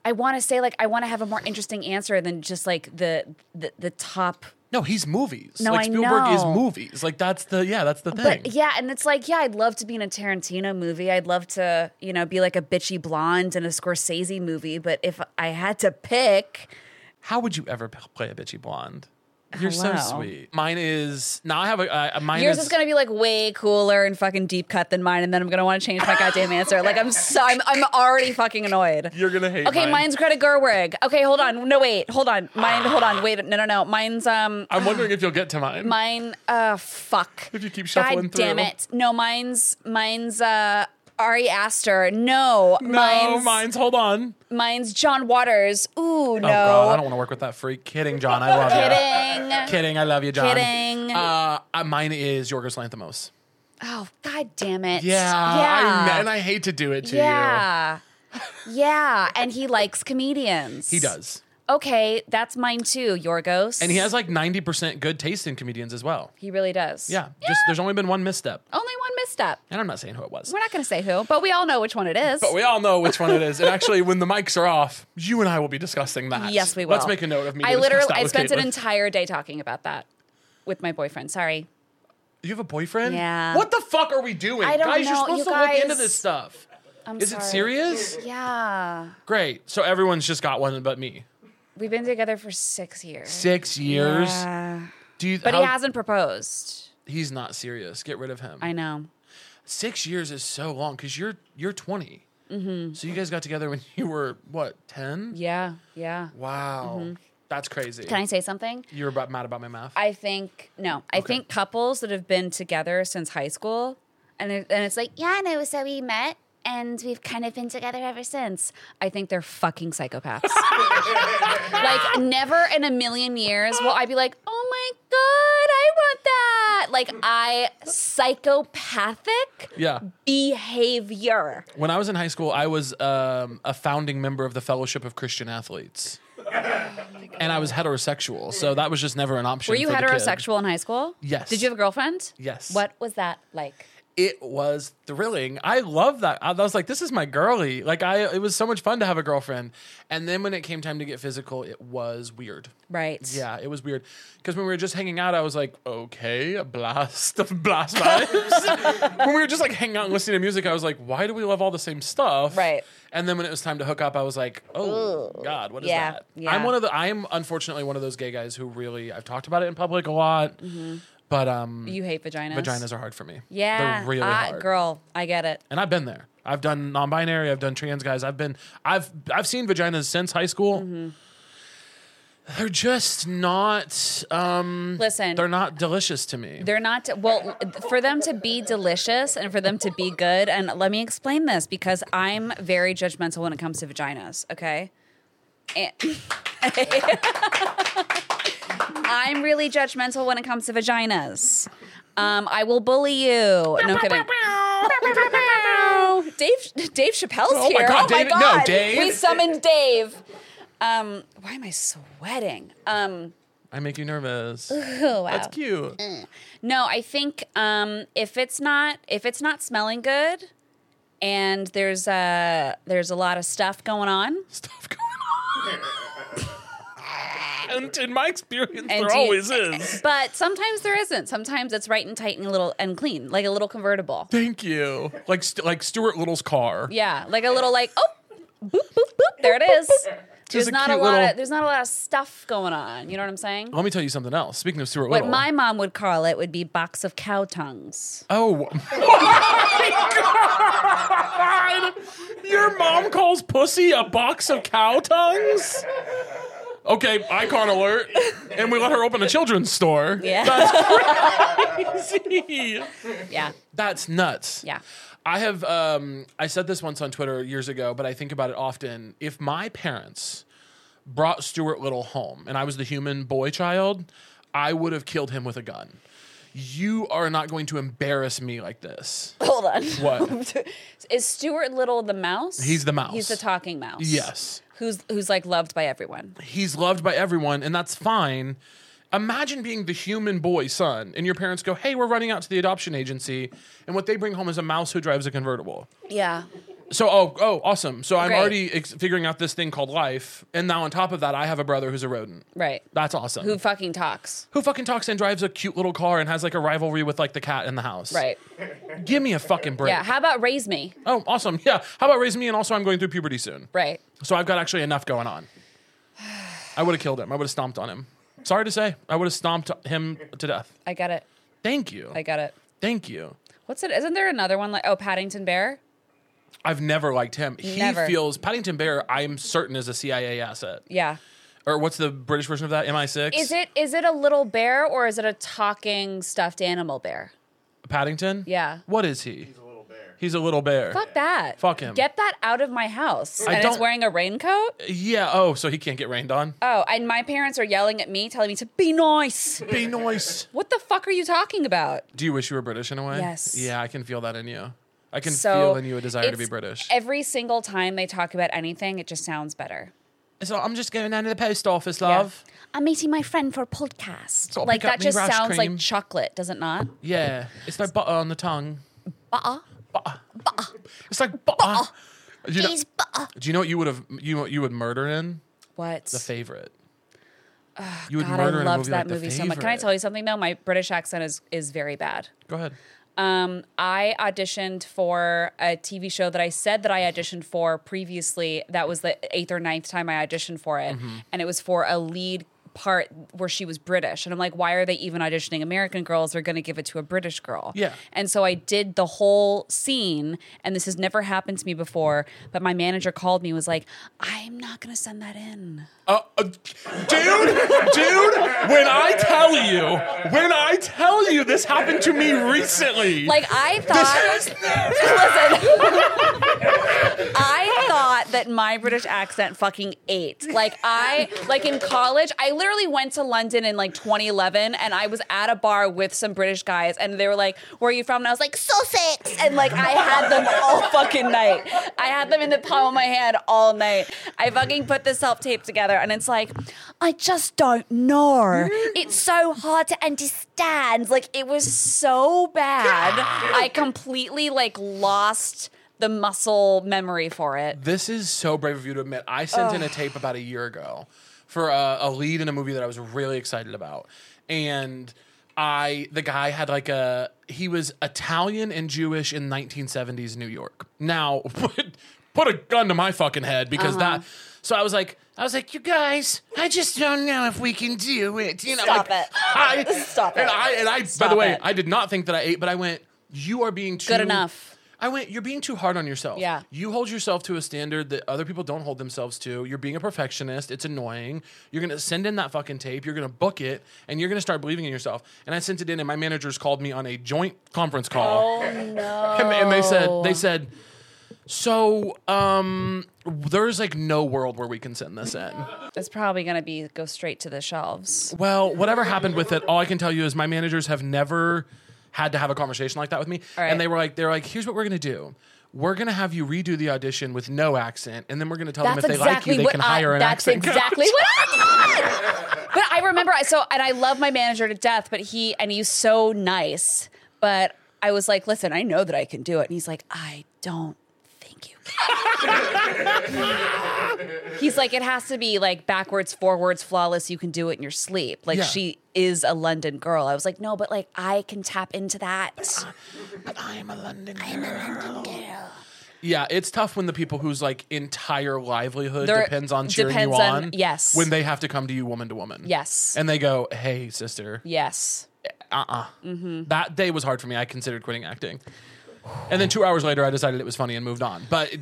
[SPEAKER 2] i want to say like i want to have a more interesting answer than just like the the, the top
[SPEAKER 1] No, he's movies.
[SPEAKER 2] No,
[SPEAKER 1] like
[SPEAKER 2] I
[SPEAKER 1] Spielberg is
[SPEAKER 2] know.
[SPEAKER 1] movies. Like that's the yeah, that's the thing.
[SPEAKER 2] But yeah, and it's like, yeah, I'd love to be in a Tarantino movie. I'd love to, you know, be like a bitchy blonde in a Scorsese movie. But if I had to pick,
[SPEAKER 1] How would you ever p- play a bitchy blonde? You're so
[SPEAKER 2] Hello.
[SPEAKER 1] sweet. Mine is now. I have a uh, mine
[SPEAKER 2] yours
[SPEAKER 1] is,
[SPEAKER 2] is gonna be like way cooler and fucking deep cut than mine, and then I'm gonna want to change my goddamn answer. Like I'm so, I'm, I'm already fucking annoyed.
[SPEAKER 1] You're gonna hate.
[SPEAKER 2] okay,
[SPEAKER 1] mine.
[SPEAKER 2] mine's Greta Gerwig. Okay, hold on. No, wait, hold on. Mine, hold on. Wait, no, no, no. Mine's um,
[SPEAKER 1] I'm wondering if you'll get to mine.
[SPEAKER 2] mine. Uh, fuck.
[SPEAKER 1] If you keep shuffling
[SPEAKER 2] God damn
[SPEAKER 1] through.
[SPEAKER 2] it. No, mine's mine's uh. Ari Aster, no,
[SPEAKER 1] no, mine's. Hold on.
[SPEAKER 2] Mine's John Waters. Ooh,
[SPEAKER 1] Oh God, I don't
[SPEAKER 2] no.
[SPEAKER 1] want to work with that freak. Kidding, John. I love you.
[SPEAKER 2] Kidding.
[SPEAKER 1] Kidding. I love you, John.
[SPEAKER 2] Kidding.
[SPEAKER 1] Uh, uh, mine is Yorgos Lanthimos.
[SPEAKER 2] Oh, god damn it.
[SPEAKER 1] Yeah,
[SPEAKER 2] Yeah.
[SPEAKER 1] I, and I hate to do it to you.
[SPEAKER 2] yeah. yeah. And he likes comedians.
[SPEAKER 1] He does,
[SPEAKER 2] Okay, that's mine too, Yorgos.
[SPEAKER 1] and he has like 90 percent good taste in comedians as well.
[SPEAKER 2] He really does.
[SPEAKER 1] Yeah, just there's only been one misstep,
[SPEAKER 2] Only one misstep.
[SPEAKER 1] and I'm not saying who it was.
[SPEAKER 2] We're not going to say who, but we all know which one it is.
[SPEAKER 1] But we all know which one it is. And actually, when the mics are off, you and I will be discussing that.
[SPEAKER 2] yes, we will.
[SPEAKER 1] Let's make a note of me. to
[SPEAKER 2] I
[SPEAKER 1] discuss
[SPEAKER 2] literally
[SPEAKER 1] that
[SPEAKER 2] I
[SPEAKER 1] with
[SPEAKER 2] spent
[SPEAKER 1] Caitlin.
[SPEAKER 2] an entire day talking about that with my boyfriend. Sorry.
[SPEAKER 1] You have a boyfriend?
[SPEAKER 2] Yeah.
[SPEAKER 1] What the fuck are we doing?
[SPEAKER 2] I don't
[SPEAKER 1] guys, you're
[SPEAKER 2] know.
[SPEAKER 1] supposed
[SPEAKER 2] You
[SPEAKER 1] to look into
[SPEAKER 2] guys-
[SPEAKER 1] this stuff.
[SPEAKER 2] I'm
[SPEAKER 1] Is
[SPEAKER 2] sorry.
[SPEAKER 1] it serious?
[SPEAKER 2] Yeah.
[SPEAKER 1] Great. So everyone's just got one but me.
[SPEAKER 2] We've been together for 6 years.
[SPEAKER 1] Six years.
[SPEAKER 2] Yeah.
[SPEAKER 1] Do you,
[SPEAKER 2] But
[SPEAKER 1] how-
[SPEAKER 2] he hasn't proposed.
[SPEAKER 1] He's not serious. Get rid of him.
[SPEAKER 2] I know.
[SPEAKER 1] Six years is so long because you're you're 20. So you guys got together when you were what 10?
[SPEAKER 2] Mm-hmm. Yeah, yeah.
[SPEAKER 1] Wow, that's crazy.
[SPEAKER 2] Can I say something?
[SPEAKER 1] You're about mad about my math.
[SPEAKER 2] I think no. I think couples that have been together since high school, and it, and it's like yeah, no, so we met and we've kind of been together ever since. I think they're fucking psychopaths. like never in a million years will I be like, oh my god, I want that. Like I psychopathic
[SPEAKER 1] yeah.
[SPEAKER 2] behavior.
[SPEAKER 1] When I was in high school, I was um, a founding member of the Fellowship of Christian Athletes.
[SPEAKER 2] Oh
[SPEAKER 1] and I was heterosexual, so that was just never an option.
[SPEAKER 2] Were you
[SPEAKER 1] for the kid.
[SPEAKER 2] heterosexual in high school?
[SPEAKER 1] Yes.
[SPEAKER 2] Did you have a girlfriend?
[SPEAKER 1] Yes.
[SPEAKER 2] What was that like?
[SPEAKER 1] It was thrilling. I love that. I was like, "This is my girly." Like, I it was so much fun to have a girlfriend. And then when it came time to get physical, it was weird.
[SPEAKER 2] Right.
[SPEAKER 1] Yeah, it was weird because when we were just hanging out, I was like, "Okay, a blast of blast vibes." when we were just like hanging out and listening to music, I was like, "Why do we love all the same stuff?"
[SPEAKER 2] Right.
[SPEAKER 1] And then when it was time to hook up, I was like, "Oh God, what is
[SPEAKER 2] Yeah,
[SPEAKER 1] that?"
[SPEAKER 2] yeah.
[SPEAKER 1] I'm one of the. I'm unfortunately one of those gay guys who really I've talked about it in public a lot,
[SPEAKER 2] Mm-hmm.
[SPEAKER 1] but um,
[SPEAKER 2] You hate vaginas.
[SPEAKER 1] vaginas are hard for me.
[SPEAKER 2] Yeah,
[SPEAKER 1] they're really
[SPEAKER 2] I-
[SPEAKER 1] hard.
[SPEAKER 2] girl, I get it.
[SPEAKER 1] And I've been there. I've done non-binary. I've done trans guys. I've been. I've I've seen vaginas since high school.
[SPEAKER 2] Mm-hmm.
[SPEAKER 1] They're just not. Um,
[SPEAKER 2] Listen,
[SPEAKER 1] they're not delicious to me.
[SPEAKER 2] they're not well for them to be delicious and for them to be good. And let me explain this because I'm very judgmental when it comes to vaginas. Okay, and, I'm really judgmental when it comes to vaginas. Um, I will bully you. No I'm kidding. Dave Dave Chappelle's
[SPEAKER 1] Oh my
[SPEAKER 2] here.
[SPEAKER 1] God,
[SPEAKER 2] oh my
[SPEAKER 1] David- no,
[SPEAKER 2] god!
[SPEAKER 1] Dave.
[SPEAKER 2] We summoned Dave. Um, why am I sweating? Um,
[SPEAKER 1] I make you nervous.
[SPEAKER 2] oh, wow.
[SPEAKER 1] That's cute.
[SPEAKER 2] No, I think um, if it's not if it's not smelling good, and there's uh, there's a lot of stuff going on,
[SPEAKER 1] Stuff going on. and in my experience,
[SPEAKER 2] And
[SPEAKER 1] there
[SPEAKER 2] do you-
[SPEAKER 1] always is.
[SPEAKER 2] but sometimes there isn't. Sometimes it's right and tight and little and clean, like a little convertible.
[SPEAKER 1] Thank you. Like st- like Stuart Little's car.
[SPEAKER 2] Yeah, like a little like oh, boop boop boop. There it is. There's
[SPEAKER 1] a
[SPEAKER 2] not a
[SPEAKER 1] cute
[SPEAKER 2] lot
[SPEAKER 1] little- Oh.
[SPEAKER 2] of there's not a lot of stuff going on. You know what I'm saying?
[SPEAKER 1] Let me tell you something else. Speaking of Stuart
[SPEAKER 2] What
[SPEAKER 1] Little,
[SPEAKER 2] my mom would call it would be box of cow tongues.
[SPEAKER 1] Oh, my God. Your mom calls pussy a box of cow tongues? Okay, icon alert. And we let her open a children's store.
[SPEAKER 2] Yeah.
[SPEAKER 1] That's crazy.
[SPEAKER 2] Yeah,
[SPEAKER 1] That's nuts.
[SPEAKER 2] yeah.
[SPEAKER 1] I have um I said this once on Twitter years ago, but I think about it often. If my parents brought Stuart Little home and I was the human boy child, I would have killed him with a gun. you are not going to embarrass me like this.
[SPEAKER 2] Hold on.
[SPEAKER 1] What?
[SPEAKER 2] is Stuart Little the mouse?
[SPEAKER 1] He's the mouse.
[SPEAKER 2] He's the talking mouse.
[SPEAKER 1] Yes.
[SPEAKER 2] Who's who's like loved by everyone.
[SPEAKER 1] He's loved by everyone, and that's fine. Imagine being the human boy son, and your parents go, Hey, we're running out to the adoption agency. And what they bring home is a mouse who drives a convertible.
[SPEAKER 2] Yeah.
[SPEAKER 1] So, oh, oh, awesome. So I'm
[SPEAKER 2] Great.
[SPEAKER 1] already ex- figuring out this thing called life. And now, on top of that, I have a brother who's a rodent.
[SPEAKER 2] Right.
[SPEAKER 1] That's awesome.
[SPEAKER 2] Who fucking talks?
[SPEAKER 1] Who fucking talks and drives a cute little car and has like a rivalry with like the cat in the house?
[SPEAKER 2] Right.
[SPEAKER 1] Give me a fucking break.
[SPEAKER 2] Yeah. How about raise me?
[SPEAKER 1] Oh, awesome. Yeah. How about raise me? And also, I'm going through puberty soon.
[SPEAKER 2] Right.
[SPEAKER 1] So I've got actually enough going on. I would have killed him. I would have stomped on him. Sorry to say, I would have stomped him to death.
[SPEAKER 2] I got it.
[SPEAKER 1] Thank you.
[SPEAKER 2] I got it.
[SPEAKER 1] Thank you.
[SPEAKER 2] What's it? Isn't there another one like oh Paddington Bear?
[SPEAKER 1] I've never liked him. He
[SPEAKER 2] Never.
[SPEAKER 1] feels Paddington Bear. I am certain is a CIA asset.
[SPEAKER 2] Yeah.
[SPEAKER 1] Or what's the British version of that? MI6.
[SPEAKER 2] Is it is it a little bear or is it a talking stuffed animal bear?
[SPEAKER 1] Paddington?
[SPEAKER 2] Yeah.
[SPEAKER 1] What is he?
[SPEAKER 3] He's a little bear.
[SPEAKER 1] He's a little bear.
[SPEAKER 2] Fuck that.
[SPEAKER 1] Fuck him.
[SPEAKER 2] Get that out of my house.
[SPEAKER 1] I
[SPEAKER 2] and it's
[SPEAKER 1] don't-
[SPEAKER 2] wearing a raincoat?
[SPEAKER 1] Yeah. Oh, so he can't get rained on.
[SPEAKER 2] Oh, and my parents are yelling at me, telling me to be nice.
[SPEAKER 1] Be nice.
[SPEAKER 2] What the fuck are you talking about?
[SPEAKER 1] Do you wish you were British in a way?
[SPEAKER 2] Yes.
[SPEAKER 1] Yeah, I can feel that in you. I can
[SPEAKER 2] So
[SPEAKER 1] feel in you a desire to
[SPEAKER 2] it's-
[SPEAKER 1] be British.
[SPEAKER 2] Every single time they talk about anything, it just sounds better.
[SPEAKER 1] so I'm just going down to the post office,
[SPEAKER 2] Yeah.
[SPEAKER 1] love.
[SPEAKER 2] I'm meeting my friend for a podcast.
[SPEAKER 1] Gotta
[SPEAKER 2] like
[SPEAKER 1] Oh, pick up
[SPEAKER 2] that
[SPEAKER 1] me
[SPEAKER 2] just
[SPEAKER 1] rash
[SPEAKER 2] sounds
[SPEAKER 1] cream.
[SPEAKER 2] like chocolate, does it not?
[SPEAKER 1] Yeah. It's like butter on the tongue.
[SPEAKER 2] Butter.
[SPEAKER 1] It's like butter. Do you, know,
[SPEAKER 2] Cheese butter.
[SPEAKER 1] do you know what you would have you you would murder in
[SPEAKER 2] What?
[SPEAKER 1] the favorite? you would
[SPEAKER 2] God, I
[SPEAKER 1] murder in a
[SPEAKER 2] loved
[SPEAKER 1] movie
[SPEAKER 2] that
[SPEAKER 1] like
[SPEAKER 2] movie
[SPEAKER 1] the
[SPEAKER 2] so much. Can I tell you something though? My British accent is is very bad.
[SPEAKER 1] Go ahead.
[SPEAKER 2] Um, I auditioned for a TV show that I said that I auditioned for previously. That was the eighth or ninth time I auditioned for it, and it was for a lead part where she was British. And I'm like, why are they even auditioning American girls? They're going to give it to a British girl.
[SPEAKER 1] Yeah.
[SPEAKER 2] And so I did the whole scene, and this has never happened to me before. But my manager called me and was like, I'm not going to send that in.
[SPEAKER 1] Uh, uh, dude, dude, when I tell you, when I tell you, this happened to me recently.
[SPEAKER 2] Like I thought, listen, I thought that my British accent fucking ate. Like I, like in college, I literally went to London in like 2011, and I was at a bar with some British guys, and they were like, "Where are you from?" And I was like, "Sussex," and like I had them all fucking night. I had them in the palm of my hand all night. I fucking put the self tape together, and it's like, I just don't know. It's so hard to understand. Like it was so bad, I completely like lost the muscle memory for it.
[SPEAKER 1] This is so brave of you to admit. I sent in a tape about a year ago for a, a lead in a movie that I was really excited about, and I the guy had like a he was Italian and Jewish in 1970s New York. Now put, put a gun to my fucking head because that.
[SPEAKER 2] Uh-huh.
[SPEAKER 1] So I was like, I was like, you guys, I just don't know if we can do it. You know,
[SPEAKER 2] Stop
[SPEAKER 1] like,
[SPEAKER 2] it.
[SPEAKER 1] I,
[SPEAKER 2] Stop
[SPEAKER 1] And
[SPEAKER 2] it.
[SPEAKER 1] I and I. by
[SPEAKER 2] Stop
[SPEAKER 1] the way,
[SPEAKER 2] it.
[SPEAKER 1] I did not think that I ate, but I went. You are being too
[SPEAKER 2] Good enough.
[SPEAKER 1] I went, you're being too hard on yourself.
[SPEAKER 2] Yeah.
[SPEAKER 1] You hold yourself to a standard that other people don't hold themselves to. You're being a perfectionist. It's annoying. You're going to send in that fucking tape. You're going to book it and you're going to start believing in yourself. And I sent it in and my managers called me on a joint conference call.
[SPEAKER 2] Oh no!
[SPEAKER 1] And, and they said, they said, so um, there's like no world where we can send this in.
[SPEAKER 2] It's probably gonna be go straight to the shelves.
[SPEAKER 1] Well, whatever happened with it, all I can tell you is my managers have never had to have a conversation like that with me.
[SPEAKER 2] All right.
[SPEAKER 1] And they were like, they're like, here's what we're gonna do. We're gonna have you redo the audition with no accent, and then we're gonna tell them if they like you, they can hire an
[SPEAKER 2] that's
[SPEAKER 1] accent.
[SPEAKER 2] exactly what I did. But I remember I so and I love my manager to death, but he and he's so nice. But I was like, listen, I know that I can do it. And he's like, I don't think you can. he's like, it has to be like backwards, forwards, flawless, you can do it in your sleep. Like
[SPEAKER 1] Yeah.
[SPEAKER 2] she is a London girl. I was like, no, but like I can tap into that.
[SPEAKER 1] But I am a London girl. Yeah, it's tough when the people whose like entire livelihood
[SPEAKER 2] They're-
[SPEAKER 1] depends on cheering
[SPEAKER 2] depends
[SPEAKER 1] you
[SPEAKER 2] on-
[SPEAKER 1] on.
[SPEAKER 2] yes.
[SPEAKER 1] When they have to come to you woman to woman.
[SPEAKER 2] Yes.
[SPEAKER 1] And they go, Hey, sister.
[SPEAKER 2] yes.
[SPEAKER 1] That day was hard for me. I considered quitting acting. And then two hours later, I decided it was funny and moved on. But,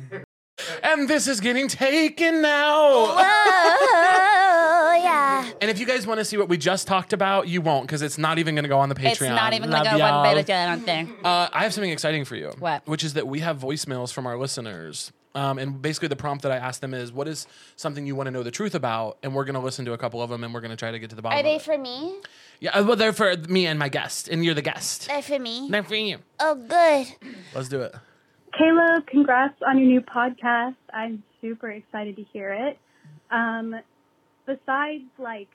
[SPEAKER 1] and this is getting taken now.
[SPEAKER 2] Oh yeah.
[SPEAKER 1] And if you guys want to see what we just talked about, you won't because it's not even going to go on the Patreon.
[SPEAKER 2] It's not even
[SPEAKER 1] Love
[SPEAKER 2] like a one
[SPEAKER 1] y'all.
[SPEAKER 2] beta on there.
[SPEAKER 1] Uh, I have something exciting for you.
[SPEAKER 2] What?
[SPEAKER 1] Which is that we have voicemails from our listeners Um, and basically, the prompt that I asked them is, "What is something you want to know the truth about?" And we're going to listen to a couple of them, and we're going to try to get to the bottom.
[SPEAKER 3] Are they
[SPEAKER 1] of it.
[SPEAKER 3] for me?
[SPEAKER 1] yeah, uh, well, they're for me and my guest, and you're the guest.
[SPEAKER 3] They're for me.
[SPEAKER 1] They're for you.
[SPEAKER 3] Oh, good.
[SPEAKER 1] Let's do it.
[SPEAKER 4] Caleb, congrats on your new podcast. I'm super excited to hear it. Um, besides, like,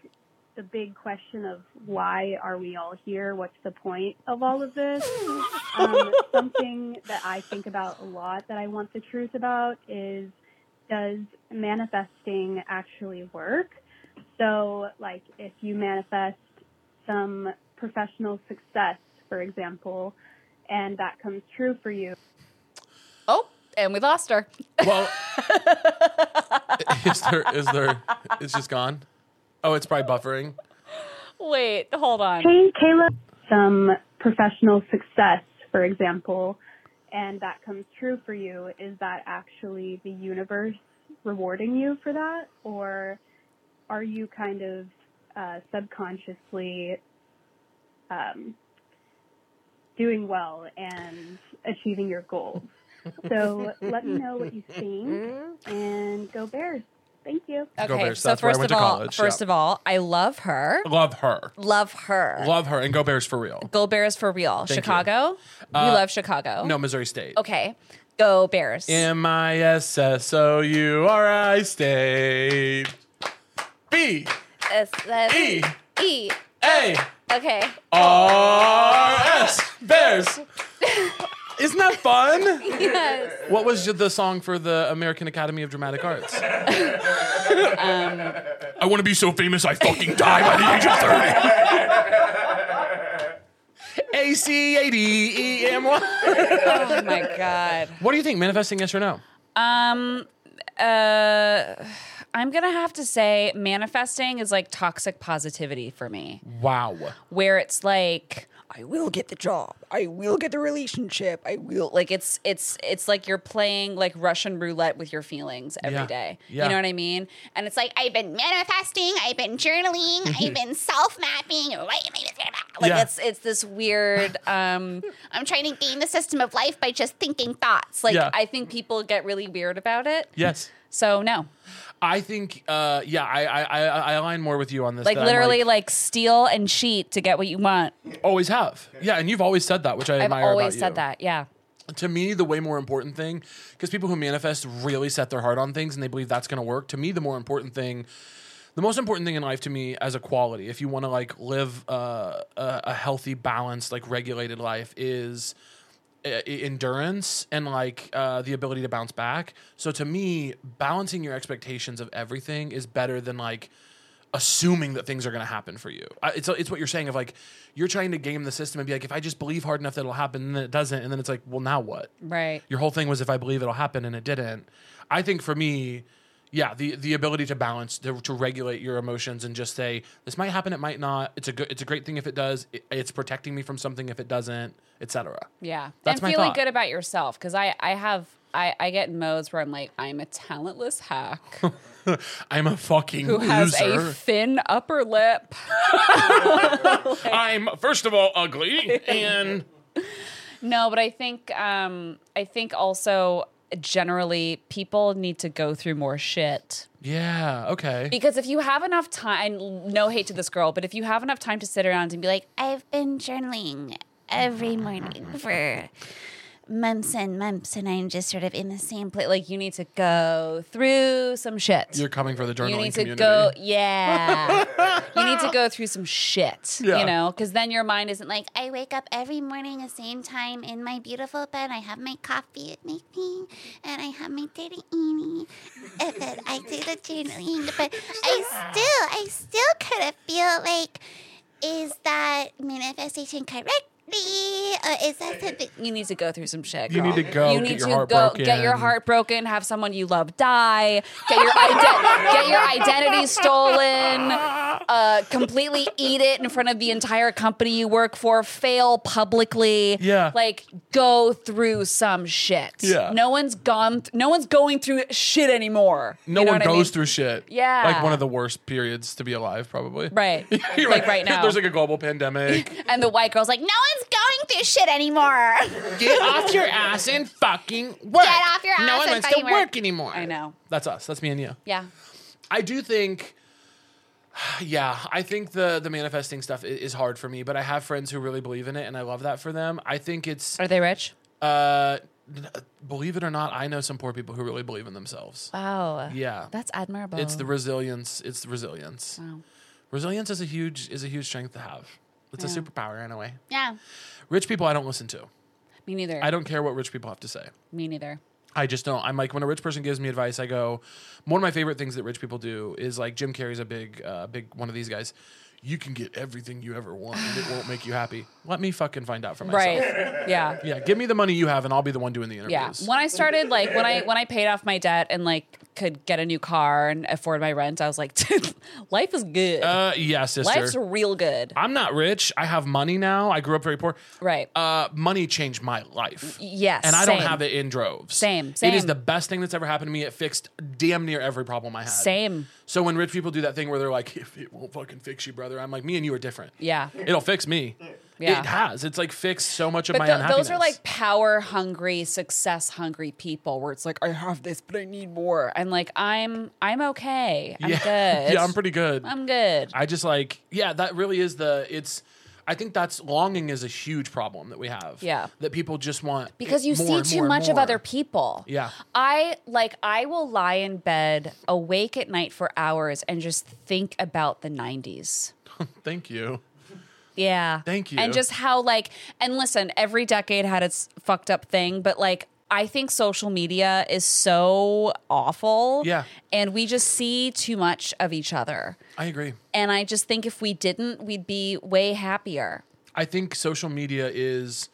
[SPEAKER 4] the big question of why are we all here? What's the point of all of this? Um, something that I think about a lot that I want the truth about is does manifesting actually work? So, like, if you manifest some professional success, for example, and that comes true for you,
[SPEAKER 2] Oh, and we lost her.
[SPEAKER 1] Well, is there? Is there? It's just gone. Oh, it's probably buffering.
[SPEAKER 2] Wait, hold on.
[SPEAKER 4] Hey, Kayla. Some professional success, for example, and that comes true for you. Is that actually the universe rewarding you for that? Or are you kind of uh, subconsciously um, doing well and achieving your goals? So let me know what you think and go Bears. Thank you.
[SPEAKER 1] Go
[SPEAKER 2] Okay,
[SPEAKER 1] Bears.
[SPEAKER 2] so
[SPEAKER 1] That's where I
[SPEAKER 2] first
[SPEAKER 1] went
[SPEAKER 2] of
[SPEAKER 1] to
[SPEAKER 2] all,
[SPEAKER 1] college,
[SPEAKER 2] first
[SPEAKER 1] yeah.
[SPEAKER 2] of all, I love her.
[SPEAKER 1] Love her.
[SPEAKER 2] Love her.
[SPEAKER 1] Love her. And go Bears for real.
[SPEAKER 2] Go Bears for real.
[SPEAKER 1] you. Uh,
[SPEAKER 2] Chicago. we love Chicago.
[SPEAKER 1] No, Missouri State.
[SPEAKER 2] Okay. Go Bears.
[SPEAKER 1] M I S S O U R I State. B
[SPEAKER 2] S- S-
[SPEAKER 1] E
[SPEAKER 2] E.
[SPEAKER 1] A
[SPEAKER 2] Okay.
[SPEAKER 1] R S Bears. Isn't that fun?
[SPEAKER 2] Yes.
[SPEAKER 1] What was the song for the American Academy of Dramatic Arts? I want to be so famous I fucking die by the age of 30. A C A D E M Y.
[SPEAKER 2] Oh my god.
[SPEAKER 1] What do you think? Manifesting yes or no?
[SPEAKER 2] Um uh I'm going to have to say manifesting is like toxic positivity for me.
[SPEAKER 1] Wow.
[SPEAKER 2] where it's like I will get the job. I will get the relationship. I will like it's it's it's like you're playing like Russian roulette with your feelings
[SPEAKER 1] Yeah.
[SPEAKER 2] every day.
[SPEAKER 1] Yeah.
[SPEAKER 2] You know what I mean? And it's like I
[SPEAKER 3] I've been manifesting. I've been journaling. I've been self mapping.
[SPEAKER 2] like
[SPEAKER 1] Mm-hmm. Yeah.
[SPEAKER 2] it's it's this weird um
[SPEAKER 3] I'm trying to game the system of life by just thinking thoughts.
[SPEAKER 2] like
[SPEAKER 1] Yeah.
[SPEAKER 2] I think people get really weird about it.
[SPEAKER 1] Yes.
[SPEAKER 2] So no.
[SPEAKER 1] I think, uh, yeah, I, I, I, I align more with you on this.
[SPEAKER 2] Like
[SPEAKER 1] that I'm
[SPEAKER 2] literally like, steal and cheat to get what you want.
[SPEAKER 1] always have. Yeah, and you've always said that, which I
[SPEAKER 2] I've
[SPEAKER 1] admire.
[SPEAKER 2] always
[SPEAKER 1] about
[SPEAKER 2] said
[SPEAKER 1] you.
[SPEAKER 2] that. Yeah.
[SPEAKER 1] To me, the way more important thing, because people who manifest really set their heart on things and they believe that's going to work. To me, the more important thing, the most important thing in life to me as a quality, if you want to like live uh, a, a healthy, balanced, like regulated life, is uh, endurance and like uh, the ability to bounce back. So to me, balancing your expectations of everything is better than like assuming that things are going to happen for you. I- It's it's what you're saying of like you're trying to game the system and be like, if I just believe hard enough that it'll happen, and then it doesn't, and then it's like, well, now what?
[SPEAKER 2] Right.
[SPEAKER 1] Your whole thing was if I believe it'll happen and it didn't. I think for me, yeah, the the ability to balance to, to regulate your emotions and just say this might happen, it might not. It's a good, it's a great thing if it does. It, it's protecting me from something if it doesn't, etc.
[SPEAKER 2] Yeah.
[SPEAKER 1] That's
[SPEAKER 2] and
[SPEAKER 1] my
[SPEAKER 2] feeling
[SPEAKER 1] thought.
[SPEAKER 2] good about yourself. Cause I, I have, I, I get in modes where I'm like, I'm a talentless hack
[SPEAKER 1] I'm a fucking
[SPEAKER 2] who has a
[SPEAKER 1] loser.
[SPEAKER 2] thin upper lip.
[SPEAKER 1] I'm first of all ugly and
[SPEAKER 2] No, but I think, um, I think also generally people need to go through more shit
[SPEAKER 1] yeah, okay.
[SPEAKER 2] because if you have enough time, no hate to this girl, but if you have enough time to sit around and be like,
[SPEAKER 3] I've been journaling every morning for months and months, and I'm just sort of in the same place.
[SPEAKER 2] but like you need to go through some shit.
[SPEAKER 1] You're coming for the journaling
[SPEAKER 2] you need to
[SPEAKER 1] community.
[SPEAKER 2] go, yeah. you need to go through some shit,
[SPEAKER 1] Yeah.
[SPEAKER 2] you know, because then your mind isn't like,
[SPEAKER 3] I wake up every morning the same time in my beautiful bed. I have my coffee with me, and I have my teeny, and then I do the journaling. But I still, I still kind of feel like, is that manifestation correctly? Or is that something?
[SPEAKER 2] you need to go through some shit.
[SPEAKER 1] You
[SPEAKER 2] girl.
[SPEAKER 1] need to go
[SPEAKER 2] You
[SPEAKER 1] get
[SPEAKER 2] need
[SPEAKER 1] your
[SPEAKER 2] to
[SPEAKER 1] heart
[SPEAKER 2] go get
[SPEAKER 1] broken.
[SPEAKER 2] your heart broken. Have someone you love die. Get your ide- get your identity stolen. Uh, completely eat it in front of the entire company you work for. Fail publicly.
[SPEAKER 1] Yeah.
[SPEAKER 2] Like go through some shit.
[SPEAKER 1] Yeah.
[SPEAKER 2] No one's gone. Th- no one's going through shit anymore.
[SPEAKER 1] no
[SPEAKER 2] You know
[SPEAKER 1] one
[SPEAKER 2] what I
[SPEAKER 1] goes
[SPEAKER 2] mean?
[SPEAKER 1] through shit.
[SPEAKER 2] Yeah.
[SPEAKER 1] Like one of the worst periods to be alive, probably.
[SPEAKER 2] Right.
[SPEAKER 1] You're
[SPEAKER 2] Like right now.
[SPEAKER 1] There's like a global pandemic.
[SPEAKER 2] And the white girl's like, no
[SPEAKER 3] No one's going through your shit anymore.
[SPEAKER 1] Get off your ass and fucking work.
[SPEAKER 3] Get off your
[SPEAKER 1] No
[SPEAKER 3] ass
[SPEAKER 1] one
[SPEAKER 3] and
[SPEAKER 1] wants to
[SPEAKER 3] fucking
[SPEAKER 1] work.
[SPEAKER 3] work.
[SPEAKER 1] anymore.
[SPEAKER 2] I know.
[SPEAKER 1] That's us. That's me and you.
[SPEAKER 2] Yeah.
[SPEAKER 1] I do think. Yeah, I think the the manifesting stuff i- is hard for me, but I have friends who really believe in it, and I love that for them. I think it's
[SPEAKER 2] Are they rich?
[SPEAKER 1] uh, n- believe it or not, I know some poor people who really believe in themselves.
[SPEAKER 2] Uh, Wow.
[SPEAKER 1] Yeah.
[SPEAKER 2] Oh. That's admirable.
[SPEAKER 1] It's the resilience. It's the resilience.
[SPEAKER 2] Wow.
[SPEAKER 1] Resilience is a huge is a huge strength to have. It's a superpower in a way.
[SPEAKER 3] yeah.
[SPEAKER 1] Rich people, I don't listen to.
[SPEAKER 2] Me neither.
[SPEAKER 1] I don't care what rich people have to say.
[SPEAKER 2] Me neither.
[SPEAKER 1] I just don't. I'm like when a rich person gives me advice, I go. One of my favorite things that rich people do is like Jim Carrey's a big, uh, big one of these guys. You can get everything you ever want, and it won't make you happy. Let me fucking find out for myself.
[SPEAKER 2] Right. Yeah.
[SPEAKER 1] Yeah, give me the money you have, and I'll be the one doing the
[SPEAKER 2] Yeah.
[SPEAKER 1] interviews.
[SPEAKER 2] When I started, like when I when I paid off my debt and like could get a new car and afford my rent, I was like, life is good.
[SPEAKER 1] Uh, yeah, sister.
[SPEAKER 2] Life's real good.
[SPEAKER 1] I'm not rich. I have money now. I grew up very poor.
[SPEAKER 2] Right.
[SPEAKER 1] Uh, money changed my life.
[SPEAKER 2] yes.
[SPEAKER 1] And I don't
[SPEAKER 2] same.
[SPEAKER 1] have it in droves.
[SPEAKER 2] Same,
[SPEAKER 1] It is
[SPEAKER 2] same.
[SPEAKER 1] the best thing that's ever happened to me. It fixed damn near every problem I had.
[SPEAKER 2] Same.
[SPEAKER 1] So when rich people do that thing where they're like, if it won't fucking fix you, brother, I'm like, me and you are different.
[SPEAKER 2] Yeah.
[SPEAKER 1] It'll fix me.
[SPEAKER 2] Yeah.
[SPEAKER 1] It has. It's like fixed so much of
[SPEAKER 2] But
[SPEAKER 1] my
[SPEAKER 2] tho-
[SPEAKER 1] unhappiness.
[SPEAKER 2] those are like power hungry, success hungry people where it's like, I have this, but I need more. And like, I'm I'm okay. I'm
[SPEAKER 1] yeah.
[SPEAKER 2] good. Um,
[SPEAKER 1] yeah, I'm pretty good.
[SPEAKER 2] I'm good.
[SPEAKER 1] I just like, yeah, that really is the, it's, I think that's longing is a huge problem that we have.
[SPEAKER 2] Yeah.
[SPEAKER 1] That people just want.
[SPEAKER 2] because you
[SPEAKER 1] more
[SPEAKER 2] see
[SPEAKER 1] and
[SPEAKER 2] too
[SPEAKER 1] more and
[SPEAKER 2] much of
[SPEAKER 1] more.
[SPEAKER 2] other people.
[SPEAKER 1] Yeah.
[SPEAKER 2] I like I will lie in bed awake at night for hours and just think about the 90s.
[SPEAKER 1] Thank you.
[SPEAKER 2] Yeah.
[SPEAKER 1] Thank you.
[SPEAKER 2] And just how like and listen, every decade had its fucked up thing, but like I think social media is so awful.
[SPEAKER 1] Yeah.
[SPEAKER 2] And we just see too much of each other.
[SPEAKER 1] I agree.
[SPEAKER 2] And I just think if we didn't, we'd be way happier.
[SPEAKER 1] I think social media is,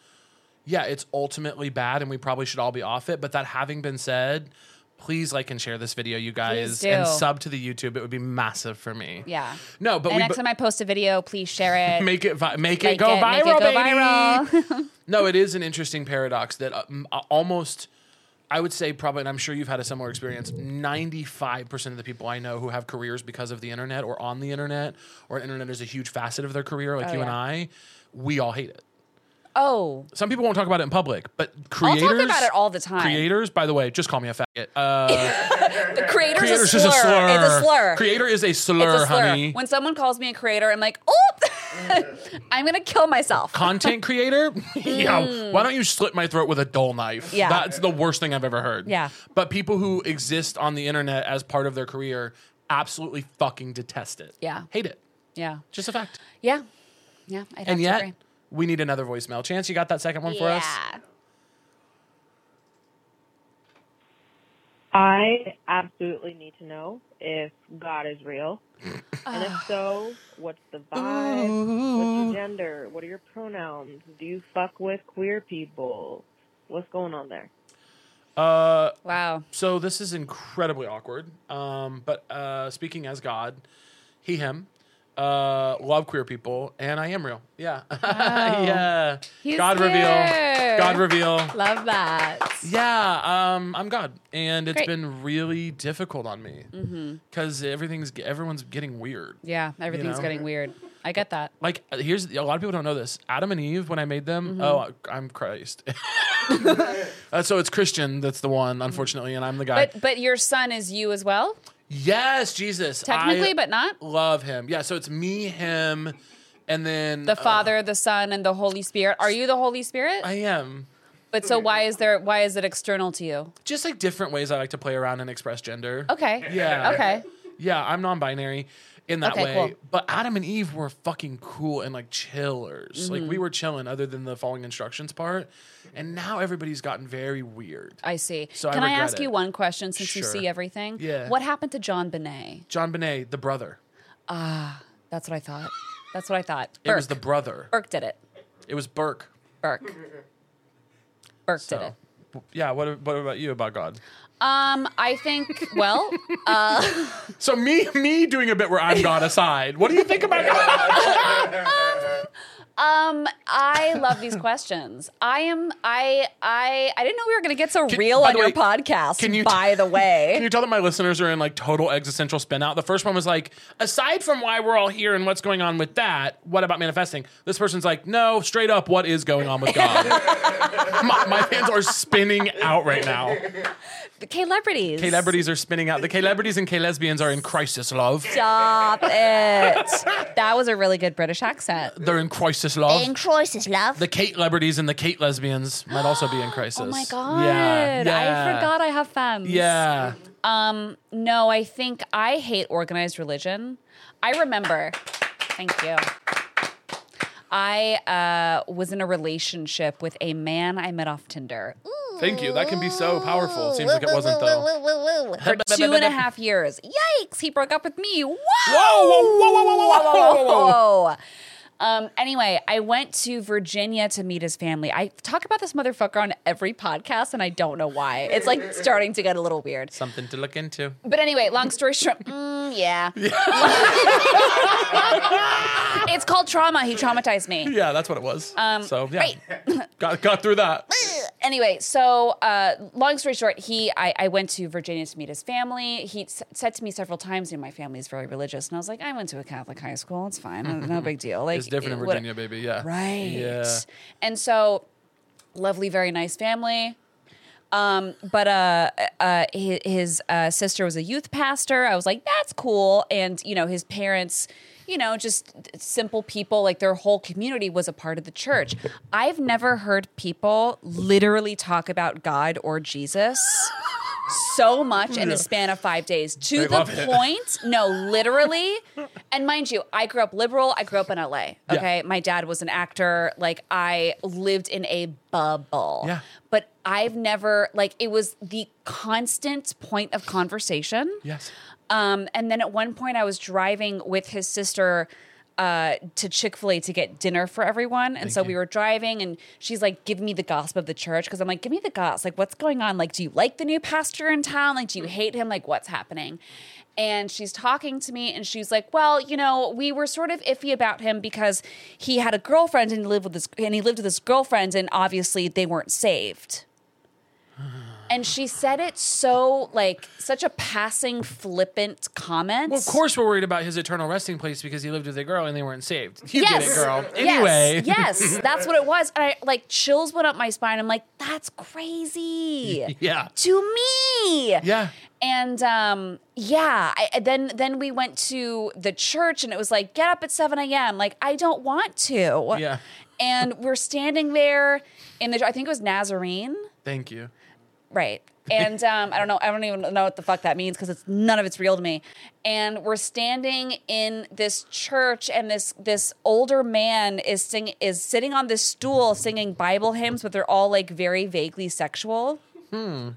[SPEAKER 1] yeah, it's ultimately bad, and we probably should all be off it. But that having been said, please like and share this video, you guys,
[SPEAKER 2] do.
[SPEAKER 1] and sub to the YouTube. It would be massive for me.
[SPEAKER 2] Yeah.
[SPEAKER 1] No, but
[SPEAKER 2] and
[SPEAKER 1] we
[SPEAKER 2] next
[SPEAKER 1] bu-
[SPEAKER 2] time I post a video, please share it.
[SPEAKER 1] make it vi- make it
[SPEAKER 2] Like
[SPEAKER 1] go viral,
[SPEAKER 2] it, make it go
[SPEAKER 1] baby.
[SPEAKER 2] viral.
[SPEAKER 1] no, it is an interesting paradox that uh, m- uh, almost. I would say probably, and I'm sure you've had a similar experience. 95% of the people I know who have careers because of the internet or on the internet, or internet is a huge facet of their career, like you and
[SPEAKER 2] Oh, yeah.
[SPEAKER 1] I, we all hate it.
[SPEAKER 2] oh.
[SPEAKER 1] some people won't talk about it in public, but creators
[SPEAKER 2] I'll talk about it all the time.
[SPEAKER 1] Creators, by the way, just call me a faggot. Uh,
[SPEAKER 2] the creator's,
[SPEAKER 1] creators
[SPEAKER 2] a,
[SPEAKER 1] is
[SPEAKER 2] slur.
[SPEAKER 1] a slur.
[SPEAKER 2] It's a slur.
[SPEAKER 1] Creator is a slur,
[SPEAKER 2] it's a slur.
[SPEAKER 1] honey.
[SPEAKER 2] When someone calls me a creator, I'm like, oh, I'm gonna kill myself.
[SPEAKER 1] Content creator? yeah. Why don't you slit my throat with a dull knife?
[SPEAKER 2] Hmm. Yeah.
[SPEAKER 1] That's the worst thing I've ever heard.
[SPEAKER 2] Yeah.
[SPEAKER 1] But people who exist on the internet as part of their career absolutely fucking detest it.
[SPEAKER 2] Yeah.
[SPEAKER 1] Hate it.
[SPEAKER 2] yeah,
[SPEAKER 1] Just a fact.
[SPEAKER 2] yeah, yeah. I'd have
[SPEAKER 1] and
[SPEAKER 2] to
[SPEAKER 1] yet,
[SPEAKER 2] agree.
[SPEAKER 1] we need another voicemail. Chance, you got that second one for us?
[SPEAKER 3] yeah.
[SPEAKER 5] I absolutely need to know if God is real. and if so, what's the vibe? What's your gender? What are your pronouns? Do you fuck with queer people? What's going on there?
[SPEAKER 1] Uh,
[SPEAKER 2] Wow.
[SPEAKER 1] so this is incredibly awkward. Um, but uh, speaking as God, he, him, uh, love queer people, and I am real. Yeah, yeah.
[SPEAKER 2] He's
[SPEAKER 1] God
[SPEAKER 2] here.
[SPEAKER 1] reveal. God reveal.
[SPEAKER 2] Love that.
[SPEAKER 1] Yeah, um, I'm God, and it's
[SPEAKER 2] Great. Mm-hmm.
[SPEAKER 1] been really difficult on me because everything's everyone's getting weird.
[SPEAKER 2] Yeah, everything's
[SPEAKER 1] know?
[SPEAKER 2] getting weird. I get that.
[SPEAKER 1] Like uh, here's a lot of people don't know this. Adam and Eve, when I made them,
[SPEAKER 2] Mm-hmm.
[SPEAKER 1] oh, I'm Christ. uh, so it's Christian that's the one, unfortunately, and I'm the guy.
[SPEAKER 2] But but your son is you as well,
[SPEAKER 1] yes, Jesus. I-
[SPEAKER 2] technically, but not
[SPEAKER 1] Love him. Yeah, so it's me, him, and then
[SPEAKER 2] the
[SPEAKER 1] uh,
[SPEAKER 2] Father, the Son, and the Holy Spirit. Are you the Holy Spirit?
[SPEAKER 1] I am
[SPEAKER 2] but so why is there? Why is it external to you?
[SPEAKER 1] just like different ways I like to play around and express gender.
[SPEAKER 2] Okay.
[SPEAKER 1] Yeah.
[SPEAKER 2] Okay.
[SPEAKER 1] Yeah, I'm non-binary in that
[SPEAKER 2] Okay,
[SPEAKER 1] way.
[SPEAKER 2] cool.
[SPEAKER 1] But Adam and Eve were fucking cool and like chillers.
[SPEAKER 2] Mm-hmm.
[SPEAKER 1] Like we were chilling, other than the following instructions part. And now everybody's gotten very weird.
[SPEAKER 2] I see.
[SPEAKER 1] So I
[SPEAKER 2] Can I,
[SPEAKER 1] regret
[SPEAKER 2] ask
[SPEAKER 1] it.
[SPEAKER 2] you one question since you
[SPEAKER 1] Sure.
[SPEAKER 2] see everything?
[SPEAKER 1] Yeah.
[SPEAKER 2] What happened to John Bonet?
[SPEAKER 1] John Bonet, the brother.
[SPEAKER 2] That's what I thought. That's what I thought.
[SPEAKER 1] It was
[SPEAKER 2] Burke.
[SPEAKER 1] the brother.
[SPEAKER 2] Burke did it.
[SPEAKER 1] It was Burke.
[SPEAKER 2] Burke. Burke
[SPEAKER 1] So.
[SPEAKER 2] did it.
[SPEAKER 1] w- Oh. Yeah, what, what about you about God?
[SPEAKER 2] Um, I think. Well,
[SPEAKER 1] So me me doing a bit where I'm God aside. What do you think about God?
[SPEAKER 2] Um, I love these questions. I am. I. I. I didn't know we were going to get so
[SPEAKER 1] Can-
[SPEAKER 2] real
[SPEAKER 1] by
[SPEAKER 2] on
[SPEAKER 1] the
[SPEAKER 2] your
[SPEAKER 1] way,
[SPEAKER 2] podcast.
[SPEAKER 1] can you-
[SPEAKER 2] by the
[SPEAKER 1] Can
[SPEAKER 2] way,
[SPEAKER 1] you tell that my listeners are in like total existential spin out? The first one was like, aside from why we're all here and what's going on with that, what about manifesting? This person's like, no, straight up, what is going on with God? my, my fans are spinning out right now.
[SPEAKER 2] the celebrities.
[SPEAKER 1] Celebrities are spinning out. The celebrities and lesbians are in crisis, love.
[SPEAKER 2] Stop it. That was a really good British accent.
[SPEAKER 1] They're in crisis, love.
[SPEAKER 3] In crisis, love.
[SPEAKER 1] the Kate celebrities and the Kate lesbians might also be in crisis.
[SPEAKER 2] Oh my god!
[SPEAKER 1] Yeah, yeah.
[SPEAKER 2] I forgot I have fans.
[SPEAKER 1] Yeah.
[SPEAKER 2] Um. No, I think I hate organized religion. I remember. Thank you. I uh, was in a relationship with a man I met off Tinder
[SPEAKER 1] Thank you. That can be so powerful. Seems like it wasn't though.
[SPEAKER 2] for two and a half years. Yikes! He broke up with me. Whoa!
[SPEAKER 1] Whoa, whoa, whoa, whoa, whoa, whoa, whoa, whoa,
[SPEAKER 2] whoa. Um, anyway, I went to Virginia to meet his family. I talk about this motherfucker on every podcast, and I don't know why. It's like starting to get a little weird.
[SPEAKER 1] Something to look into.
[SPEAKER 2] But anyway, long story short, mm, yeah. it's called trauma. He traumatized me.
[SPEAKER 1] Yeah, that's what it was.
[SPEAKER 2] Um,
[SPEAKER 1] so yeah,
[SPEAKER 2] right.
[SPEAKER 1] got got through that.
[SPEAKER 2] anyway, so uh, long story short, he I, I went to Virginia to meet his family. He s- said to me several times, "You know, my family is very religious," and I was like, "I went to a Catholic high school. It's fine. No, no big deal. Like
[SPEAKER 1] It's different in
[SPEAKER 2] it- what-
[SPEAKER 1] Virginia, baby. Yeah,
[SPEAKER 2] right?
[SPEAKER 1] Yeah,
[SPEAKER 2] And so, lovely, very nice family. Um, but uh, uh, his, his uh, sister was a youth pastor. I was like, that's cool. And you know, his parents, you know, just simple people. Like their whole community was a part of the church. I've never heard people literally talk about God or Jesus so much in the span of five days to
[SPEAKER 1] They
[SPEAKER 2] the
[SPEAKER 1] love it.
[SPEAKER 2] point. No, literally. and mind you, I grew up liberal. I grew up in LA. Okay, my dad was an actor. Like I lived in a bubble.
[SPEAKER 1] Yeah.
[SPEAKER 2] But I've never like it was the constant point of conversation.
[SPEAKER 1] yes.
[SPEAKER 2] Um, and then at one point, I was driving with his sister uh, to Chick fil A to get dinner for everyone. And so we were driving, and she's like, Give me the gossip of the church. Cause I'm like, Give me the gossip. Like, what's going on? Like, do you like the new pastor in town? Like, do you hate him? Like, what's happening? And she's talking to me, and she's like, "Well, you know, we were sort of iffy about him because he had a girlfriend and he lived with this, and he lived with his girlfriend, and obviously they weren't saved." And she said it so like such a passing, flippant comment.
[SPEAKER 1] Well, of course, we're worried about his eternal resting place because he lived with a girl and they weren't saved. You
[SPEAKER 2] Yes,
[SPEAKER 1] get it, girl.
[SPEAKER 2] Yes.
[SPEAKER 1] Anyway,
[SPEAKER 2] yes, that's what it was. And I like chills went up my spine. I'm like, that's crazy
[SPEAKER 1] yeah,
[SPEAKER 2] to me.
[SPEAKER 1] yeah. and
[SPEAKER 2] And um, yeah, I, I- then then we went to the church, and it was like, get up at seven a.m. Like I don't want to.
[SPEAKER 1] Yeah.
[SPEAKER 2] And we're standing there in the. I think it was Nazarene.
[SPEAKER 1] Thank you.
[SPEAKER 2] Right. And um, I don't know. I don't even know what the fuck that means because it's none of it's real to me. And we're standing in this church, and this this older man is sing is sitting on this stool singing Bible hymns, but they're all like very vaguely sexual. Um,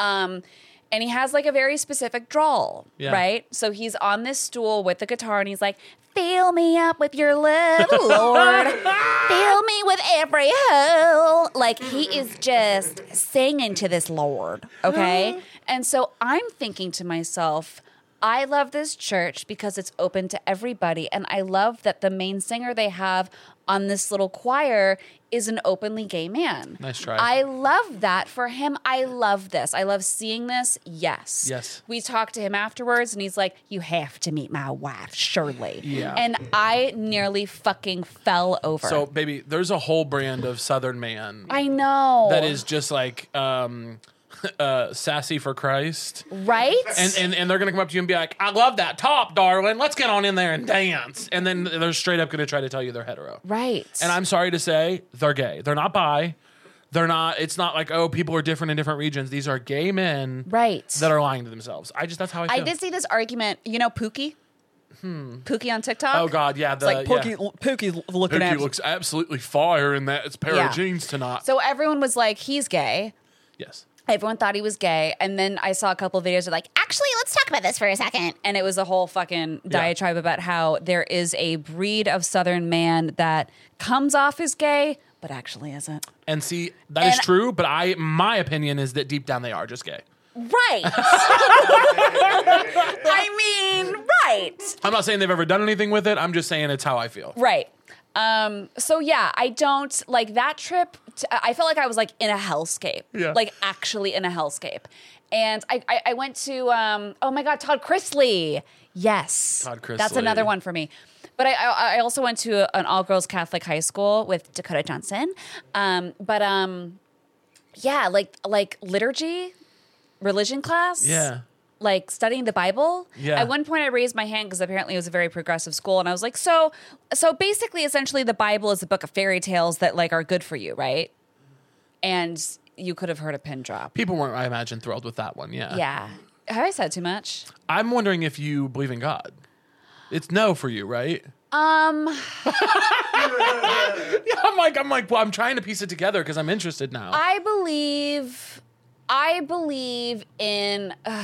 [SPEAKER 2] and he has like a very specific drawl,
[SPEAKER 1] Yeah.
[SPEAKER 2] right? So he's on this stool with the guitar, and he's like, "Fill me up with your love, Lord. Fill me with every hole." Like he is just singing to this Lord, okay? and so I'm thinking to myself. I love this church because it's open to everybody. And I love that the main singer they have on this little choir is an openly gay man.
[SPEAKER 1] Nice try.
[SPEAKER 2] I I love that for him. I love this. I love seeing this. Yes.
[SPEAKER 1] Yes.
[SPEAKER 2] We talked to him afterwards and he's like, You have to meet my wife, Shirley.
[SPEAKER 1] Yeah.
[SPEAKER 2] And I nearly fucking fell over.
[SPEAKER 1] So, baby, there's a whole brand of Southern man
[SPEAKER 2] I know.
[SPEAKER 1] that is just like um, uh, sassy for Christ.
[SPEAKER 2] right?
[SPEAKER 1] and, and and they're gonna come up to you and be like, "I love that top, darling. Let's get on in there and dance." And then they're straight up gonna try to tell you they're hetero.
[SPEAKER 2] right.
[SPEAKER 1] And I'm sorry to say, they're gay. They're not bi. They're not. It's not like oh, people are different in different regions. These are gay men
[SPEAKER 2] right.
[SPEAKER 1] that are lying to themselves. I just that's how I
[SPEAKER 2] I
[SPEAKER 1] feel.
[SPEAKER 2] did see this argument, you know, Pookie? Hmm. Pookie on TikTok?
[SPEAKER 1] oh God, yeah. The,
[SPEAKER 2] It's like
[SPEAKER 1] yeah.
[SPEAKER 2] Pookie, Pookie's looking at
[SPEAKER 1] Pookie looks absolutely fire in that. It's pair
[SPEAKER 2] Yeah.
[SPEAKER 1] of jeans tonight.
[SPEAKER 2] So everyone was like, He's gay.
[SPEAKER 1] yes.
[SPEAKER 2] Everyone thought he was gay. And then I saw a couple of videos of like,
[SPEAKER 3] Actually, let's talk about this for a second.
[SPEAKER 2] and it was a whole fucking diatribe about how there is a breed of southern man that comes off as gay but actually isn't
[SPEAKER 1] And see, that is
[SPEAKER 2] And-
[SPEAKER 1] true. But I, my opinion is that deep down they are just gay.
[SPEAKER 2] right i mean right
[SPEAKER 1] I'm not saying they've ever done anything with it. I'm just saying it's how I feel.
[SPEAKER 2] right Um, so yeah, I don't like that trip. T- I felt like I was like in a hellscape,
[SPEAKER 1] Yeah.
[SPEAKER 2] like actually in a hellscape. And I, I, I went to, um, oh my God, Todd Chrisley. Yes.
[SPEAKER 1] Todd
[SPEAKER 2] That's
[SPEAKER 1] Chrisley.
[SPEAKER 2] another one for me. But I, I, I also went to an all girls Catholic high school with Dakota Johnson. Um, but, um, yeah, like, like liturgy, religion class
[SPEAKER 1] Yeah.
[SPEAKER 2] like studying the Bible.
[SPEAKER 1] Yeah.
[SPEAKER 2] At one point, I raised my hand because apparently it was a very progressive school, and I was like, "So, so basically, essentially, the Bible is a book of fairy tales that like are good for you, right?" And you could have heard a pin drop.
[SPEAKER 1] People weren't, I imagine, thrilled with that one. Yeah.
[SPEAKER 2] Yeah. Have I said too much?
[SPEAKER 1] I'm wondering if you believe in God. It's no for you, right?
[SPEAKER 2] Um.
[SPEAKER 1] Yeah, I'm like, I'm like, well, I'm trying to piece it together because I'm interested now.
[SPEAKER 2] I believe, I believe in,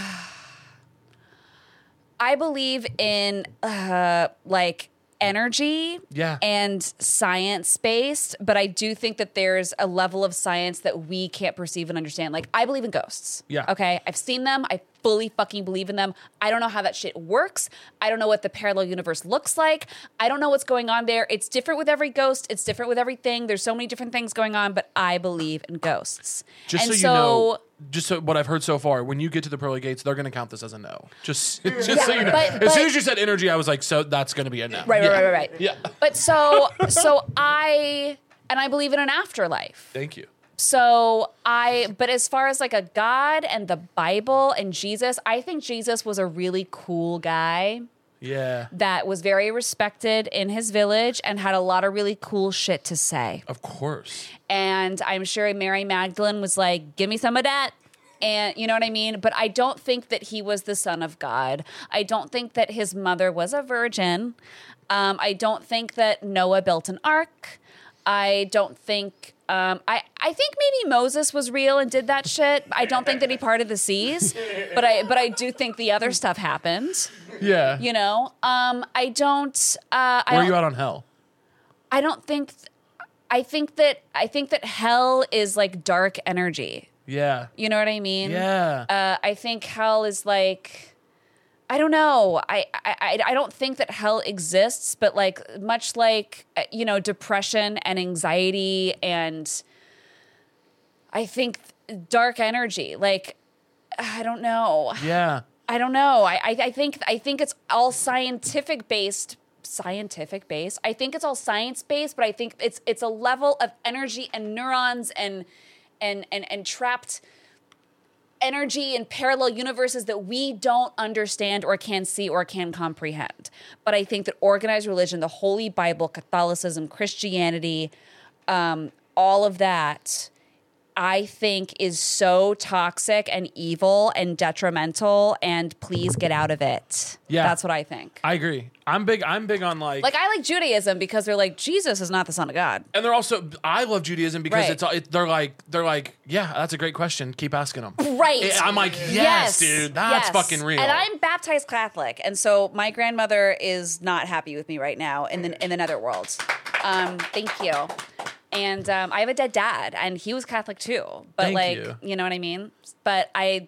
[SPEAKER 2] I believe in uh, like energy
[SPEAKER 1] Yeah.
[SPEAKER 2] and science based, but I do think that there's a level of science that we can't perceive and understand. Like, I believe in ghosts.
[SPEAKER 1] Yeah.
[SPEAKER 2] Okay. I've seen them. I fully fucking believe in them. I don't know how that shit works. I don't know what the parallel universe looks like. I don't know what's going on there. It's different with every ghost, it's different with everything. There's so many different things going on, but I believe in ghosts.
[SPEAKER 1] just so,
[SPEAKER 2] and
[SPEAKER 1] you know, just so what I've heard so far, when you get to the pearly gates, they're going to count this as a no. Just, just so you know.
[SPEAKER 2] but-
[SPEAKER 1] as
[SPEAKER 2] but-
[SPEAKER 1] soon as you said energy, I was like, so that's going to be a no.
[SPEAKER 2] Right,
[SPEAKER 1] yeah.
[SPEAKER 2] right, right, right, right.
[SPEAKER 1] Yeah.
[SPEAKER 2] But so, so I, and I believe in an afterlife.
[SPEAKER 1] Thank you.
[SPEAKER 2] So I, but as far as like a God and the Bible and Jesus, I think Jesus was a really cool guy
[SPEAKER 1] Yeah.
[SPEAKER 2] that was very respected in his village and had a lot of really cool shit to say.
[SPEAKER 1] Of course.
[SPEAKER 2] And I'm sure Mary Magdalene was like, give me some of that. And you know what I mean? But I don't think that he was the son of God. I don't think that his mother was a virgin. Um, I don't think that Noah built an ark. I don't think. Um, I, I think maybe Moses was real and did that shit. I don't think that he parted the seas, but I but I do think the other stuff happened.
[SPEAKER 1] Yeah.
[SPEAKER 2] You know, um, I don't. Uh, I
[SPEAKER 1] Where are
[SPEAKER 2] don't
[SPEAKER 1] you out on hell?
[SPEAKER 2] I don't think. Th- I think that I think that hell is like dark energy.
[SPEAKER 1] Yeah.
[SPEAKER 2] You know what I mean?
[SPEAKER 1] Yeah.
[SPEAKER 2] Uh, I think hell is like. I don't know. I, I I- I don't think that hell exists, but like much like uh, you know depression and anxiety and I think dark energy. Like I don't know.
[SPEAKER 1] yeah.
[SPEAKER 2] I don't know. I, I, I think I think it's all scientific based. Scientific based. I think it's all science based, but I think it's it's a level of energy and neurons and and and and trapped energy in parallel universes that we don't understand or can see or can comprehend. But I think that organized religion, the Holy Bible, Catholicism, Christianity, um, all of that, I think is so toxic and evil and detrimental. And please get out of it.
[SPEAKER 1] Yeah.
[SPEAKER 2] that's what I think.
[SPEAKER 1] I agree. I'm big. I'm big on like.
[SPEAKER 2] like I like Judaism because they're like Jesus is not the son of God.
[SPEAKER 1] and they're also. I love Judaism because
[SPEAKER 2] Right.
[SPEAKER 1] it's. all- It, they're like. They're like. Yeah, that's a great question. Keep asking them.
[SPEAKER 2] Right.
[SPEAKER 1] I'm like, yes, dude. That's
[SPEAKER 2] yes.
[SPEAKER 1] fucking real.
[SPEAKER 2] And I'm baptized Catholic, and so my grandmother is not happy with me right now in the in another world. Um, thank you. And um, I have a dead dad, and he was Catholic too. But
[SPEAKER 1] Thank
[SPEAKER 2] like,
[SPEAKER 1] you.
[SPEAKER 2] you. know what I mean. But I,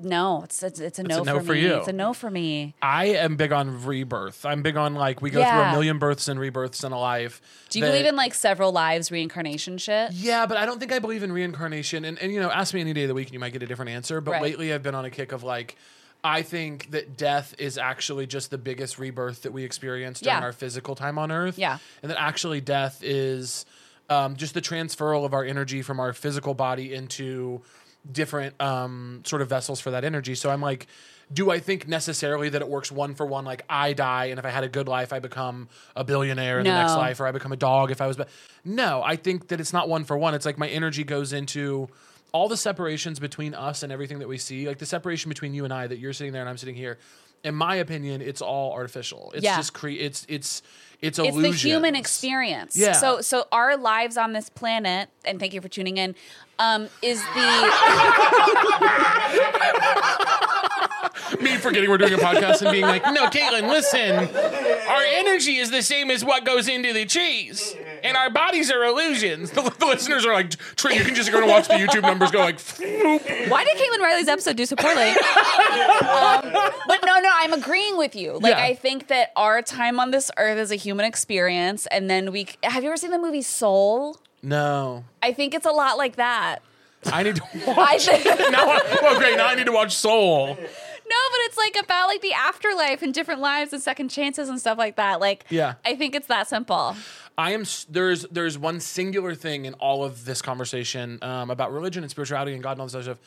[SPEAKER 2] no, it's it's, it's a no,
[SPEAKER 1] no
[SPEAKER 2] for,
[SPEAKER 1] for
[SPEAKER 2] me.
[SPEAKER 1] you.
[SPEAKER 2] It's a no for me.
[SPEAKER 1] I am big on rebirth. I'm big on like we go through a
[SPEAKER 2] Yeah.
[SPEAKER 1] million births and rebirths in a life.
[SPEAKER 2] Do you
[SPEAKER 1] that-
[SPEAKER 2] believe in like several lives reincarnation shit?
[SPEAKER 1] Yeah, but I don't think I believe in reincarnation. And, and you know, ask me any day of the week and you might get a different answer. But
[SPEAKER 2] Right.
[SPEAKER 1] lately I've been on a kick of like, I think that death is actually just the biggest rebirth that we experience during
[SPEAKER 2] Yeah.
[SPEAKER 1] our physical time on earth.
[SPEAKER 2] Yeah.
[SPEAKER 1] And that actually death is um, just the transferal of our energy from our physical body into different um, sort of vessels for that energy. So I'm like, do I think necessarily that it works one for one? Like I die, and if I had a good life, I become a billionaire in the next
[SPEAKER 2] No.
[SPEAKER 1] life, or I become a dog if I was. But no, I think that it's not one for one. It's like my energy goes into all the separations between us and everything that we see, like the separation between you and I that you're sitting there and I'm sitting here. In my opinion, it's all artificial. It's
[SPEAKER 2] Yeah.
[SPEAKER 1] just cre- it's it's it's
[SPEAKER 2] It's
[SPEAKER 1] illusion.
[SPEAKER 2] the human experience.
[SPEAKER 1] Yeah.
[SPEAKER 2] So so our lives on this planet, and thank you for tuning in, um, is the
[SPEAKER 1] Me forgetting we're doing a podcast and being like, no, Caitlin, listen, our energy is the same as what goes into the cheese, and our bodies are illusions. The, the listeners are like, Trey, you can just go and watch the YouTube numbers go like, floop.
[SPEAKER 2] Why did Caitlin Riley's episode do so poorly? um, but no, no, I'm agreeing with you. Like,
[SPEAKER 1] Yeah.
[SPEAKER 2] I think that our time on this earth is a human experience, and then we. c- Have you ever seen the movie Soul?
[SPEAKER 1] no,
[SPEAKER 2] I think it's a lot like that.
[SPEAKER 1] I need to
[SPEAKER 2] I
[SPEAKER 1] watch.
[SPEAKER 2] think, no, but
[SPEAKER 1] now, I, well, great. Now I need to watch Soul.
[SPEAKER 2] it's like about like the afterlife and different lives and second chances and stuff like that. Like,
[SPEAKER 1] Yeah.
[SPEAKER 2] I think it's that simple.
[SPEAKER 1] I am s- there's there's one singular thing in all of this conversation um, about religion and spirituality and God and all this other stuff.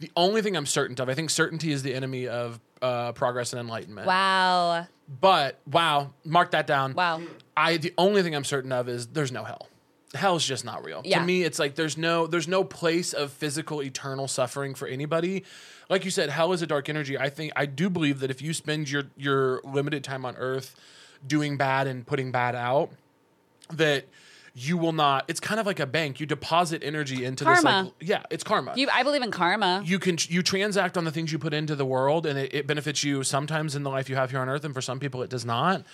[SPEAKER 1] The only thing I'm certain of, I think certainty is the enemy of uh, progress and enlightenment.
[SPEAKER 2] Wow.
[SPEAKER 1] But wow, mark that down.
[SPEAKER 2] Wow.
[SPEAKER 1] I the only thing I'm certain of is there's no hell. Hell's just not real.
[SPEAKER 2] Yeah.
[SPEAKER 1] To me, it's like there's no there's no place of physical eternal suffering for anybody. Like you said, hell is a dark energy. I think I do believe that if you spend your your limited time on earth doing bad and putting bad out, that you will not it's kind of like a bank. You deposit energy into this like
[SPEAKER 2] Karma.
[SPEAKER 1] yeah, it's karma
[SPEAKER 2] You, I believe in karma.
[SPEAKER 1] you can you transact on the things you put into the world and it, it benefits you sometimes in the life you have here on earth and for some people it does not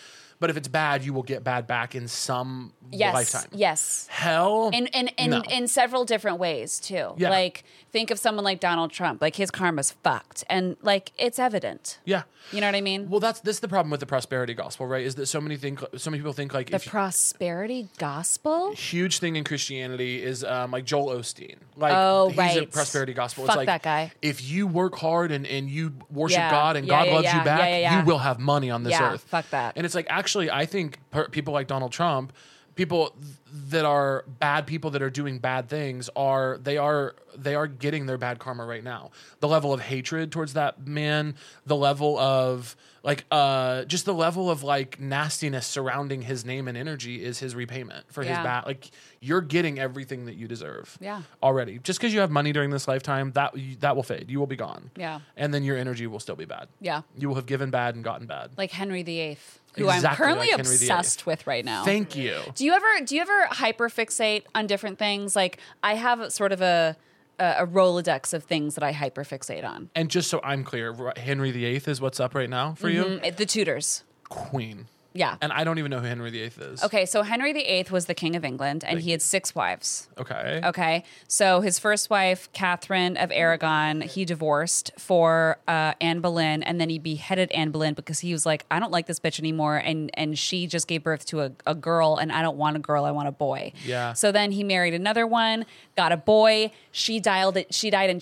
[SPEAKER 1] but if it's bad you will get bad back in some
[SPEAKER 2] yes.
[SPEAKER 1] lifetime
[SPEAKER 2] Yes.
[SPEAKER 1] hell
[SPEAKER 2] In in in,
[SPEAKER 1] No.
[SPEAKER 2] in several different ways too.
[SPEAKER 1] Yeah.
[SPEAKER 2] Like think of someone like Donald Trump. Like his karma's fucked, and like it's evident.
[SPEAKER 1] yeah
[SPEAKER 2] You know what I mean?
[SPEAKER 1] well that's this is the problem with the prosperity gospel right is that so many think so many people think like
[SPEAKER 2] the
[SPEAKER 1] if
[SPEAKER 2] prosperity gospel.
[SPEAKER 1] huge thing in Christianity is um, like Joel Osteen. Like
[SPEAKER 2] Oh,
[SPEAKER 1] he's a
[SPEAKER 2] right.
[SPEAKER 1] prosperity gospel.
[SPEAKER 2] Fuck
[SPEAKER 1] it's like
[SPEAKER 2] that guy.
[SPEAKER 1] if you work hard and, and you worship
[SPEAKER 2] Yeah.
[SPEAKER 1] God and
[SPEAKER 2] Yeah,
[SPEAKER 1] God
[SPEAKER 2] yeah,
[SPEAKER 1] loves
[SPEAKER 2] yeah.
[SPEAKER 1] you back,
[SPEAKER 2] Yeah, yeah, yeah.
[SPEAKER 1] you will have money on this
[SPEAKER 2] Yeah,
[SPEAKER 1] earth.
[SPEAKER 2] fuck that.
[SPEAKER 1] And it's like actually I think per- people like Donald Trump, people th- that are bad people that are doing bad things are they are they are getting their bad karma right now. The level of hatred towards that man, the level of like uh just the level of like nastiness surrounding his name and energy is his repayment for his
[SPEAKER 2] Yeah.
[SPEAKER 1] bad like you're getting everything that you deserve
[SPEAKER 2] Yeah.
[SPEAKER 1] already just because you have money during this lifetime that that will fade you will be gone
[SPEAKER 2] Yeah.
[SPEAKER 1] and then your energy will still be bad
[SPEAKER 2] Yeah.
[SPEAKER 1] you will have given bad and gotten bad
[SPEAKER 2] Like Henry VIII, who I'm
[SPEAKER 1] Exactly,
[SPEAKER 2] currently
[SPEAKER 1] like Henry VIII.
[SPEAKER 2] obsessed with right now.
[SPEAKER 1] thank you
[SPEAKER 2] Do you ever do you ever hyperfixate on different things? Like I have sort of a a, a rolodex of things that I hyperfixate on.
[SPEAKER 1] and just so i'm clear Ro- henry viii is what's up right now for you
[SPEAKER 2] Mm, The Tudors,
[SPEAKER 1] queen
[SPEAKER 2] yeah.
[SPEAKER 1] and i don't even know who henry viii is
[SPEAKER 2] Okay, so Henry VIII was the king of England, and he had six wives.
[SPEAKER 1] okay
[SPEAKER 2] Okay, so his first wife, Catherine of Aragon, he divorced for uh, Anne Boleyn, and then he beheaded Anne Boleyn because he was like, "I don't like this bitch anymore," and and she just gave birth to a, a girl, and I don't want a girl, I want a boy.
[SPEAKER 1] Yeah.
[SPEAKER 2] So then he married another one, got a boy. She dialed it. She died in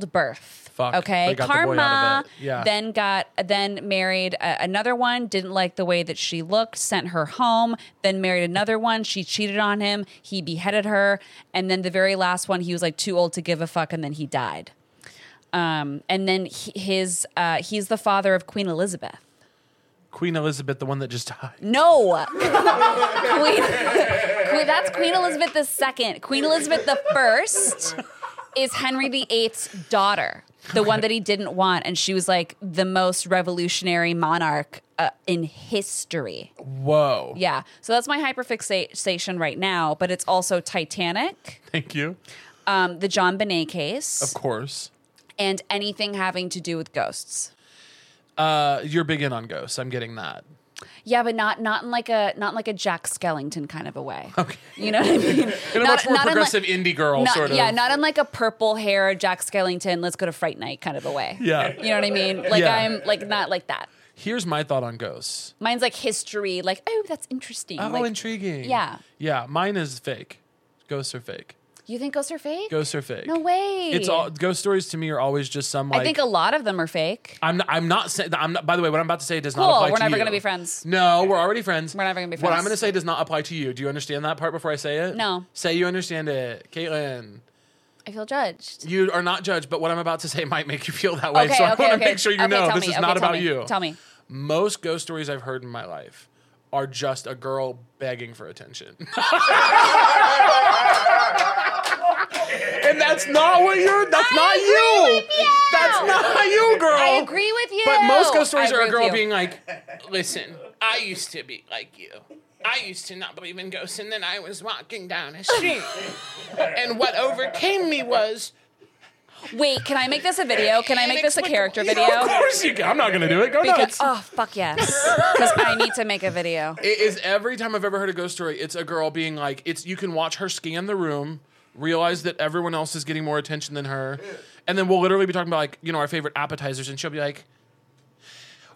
[SPEAKER 2] childbirth.
[SPEAKER 1] Fuck, but
[SPEAKER 2] Okay,
[SPEAKER 1] he got the boy out of
[SPEAKER 2] karma.
[SPEAKER 1] it. Yeah.
[SPEAKER 2] Then then got then married uh, another one didn't like the way that she looked sent her home then married another one she cheated on him he beheaded her and then the very last one he was like too old to give a fuck and then he died um, and then he, his uh, he's the father of queen elizabeth
[SPEAKER 1] queen elizabeth the one that just died
[SPEAKER 2] no queen, queen that's queen elizabeth ii queen elizabeth i is henry viii's daughter the one that he didn't want and she was like the most revolutionary monarch uh, in history
[SPEAKER 1] whoa
[SPEAKER 2] yeah so that's my hyperfixation right now but it's also titanic
[SPEAKER 1] thank you
[SPEAKER 2] um, the john bonet case
[SPEAKER 1] of course
[SPEAKER 2] and anything having to do with ghosts
[SPEAKER 1] uh you're big in on ghosts i'm getting that
[SPEAKER 2] Yeah, but not not in like a not in like a Jack Skellington kind of a way. Okay, you know what I mean.
[SPEAKER 1] in a
[SPEAKER 2] Not-
[SPEAKER 1] much more
[SPEAKER 2] not in like-
[SPEAKER 1] progressive indie girl
[SPEAKER 2] not-
[SPEAKER 1] sort of
[SPEAKER 2] Yeah, not in like a purple hair Jack Skellington. Let's go to Fright Night kind of a way.
[SPEAKER 1] Yeah.
[SPEAKER 2] you know what I mean. Like
[SPEAKER 1] Yeah.
[SPEAKER 2] I'm like not like that.
[SPEAKER 1] here's my thought on ghosts
[SPEAKER 2] Mine's like history. Like oh, that's interesting.
[SPEAKER 1] Oh,
[SPEAKER 2] like,
[SPEAKER 1] intriguing.
[SPEAKER 2] yeah.
[SPEAKER 1] Yeah. Mine is fake. Ghosts are fake.
[SPEAKER 2] You think ghosts are fake?
[SPEAKER 1] Ghosts are fake.
[SPEAKER 2] No way.
[SPEAKER 1] It's all ghost stories to me are always just some like.
[SPEAKER 2] I think a lot of them are fake.
[SPEAKER 1] I'm not, I'm not saying. I'm not. By the way, what I'm about to say does not
[SPEAKER 2] Cool,
[SPEAKER 1] apply
[SPEAKER 2] we're
[SPEAKER 1] to
[SPEAKER 2] never
[SPEAKER 1] you.
[SPEAKER 2] gonna be friends.
[SPEAKER 1] No, we're already friends.
[SPEAKER 2] We're never gonna be
[SPEAKER 1] What
[SPEAKER 2] friends.
[SPEAKER 1] I'm going to say does not apply to you. Do you understand that part before I say it?
[SPEAKER 2] No.
[SPEAKER 1] Say you understand it, Caitlin.
[SPEAKER 2] I feel judged.
[SPEAKER 1] You are not judged, but what I'm about to say might make you feel that way. so I want to make sure you
[SPEAKER 2] Okay,
[SPEAKER 1] know
[SPEAKER 2] tell
[SPEAKER 1] this
[SPEAKER 2] me.
[SPEAKER 1] is
[SPEAKER 2] Okay,
[SPEAKER 1] not
[SPEAKER 2] tell
[SPEAKER 1] about
[SPEAKER 2] me.
[SPEAKER 1] you.
[SPEAKER 2] Tell me.
[SPEAKER 1] Most ghost stories I've heard in my life are just a girl begging for attention. and that's not what you're that's not you. That's not you, girl.
[SPEAKER 2] I agree with you.
[SPEAKER 1] But most ghost stories
[SPEAKER 2] I
[SPEAKER 1] are a
[SPEAKER 2] agree with
[SPEAKER 1] girl
[SPEAKER 2] you.
[SPEAKER 1] being like, "Listen, I used to be like you. I used to not believe in ghosts and then I was walking down a street and what overcame me was
[SPEAKER 2] Wait, can I make this a video? Can I make this a character video?
[SPEAKER 1] Of course you can. I'm not gonna do it. Go
[SPEAKER 2] Because,
[SPEAKER 1] nuts.
[SPEAKER 2] oh fuck yes, because I need to make a video.
[SPEAKER 1] It is every time I've ever heard a ghost story, it's a girl being like, it's you can watch her scan the room, realize that everyone else is getting more attention than her, and then we'll literally be talking about like, you know, our favorite appetizers, and she'll be like,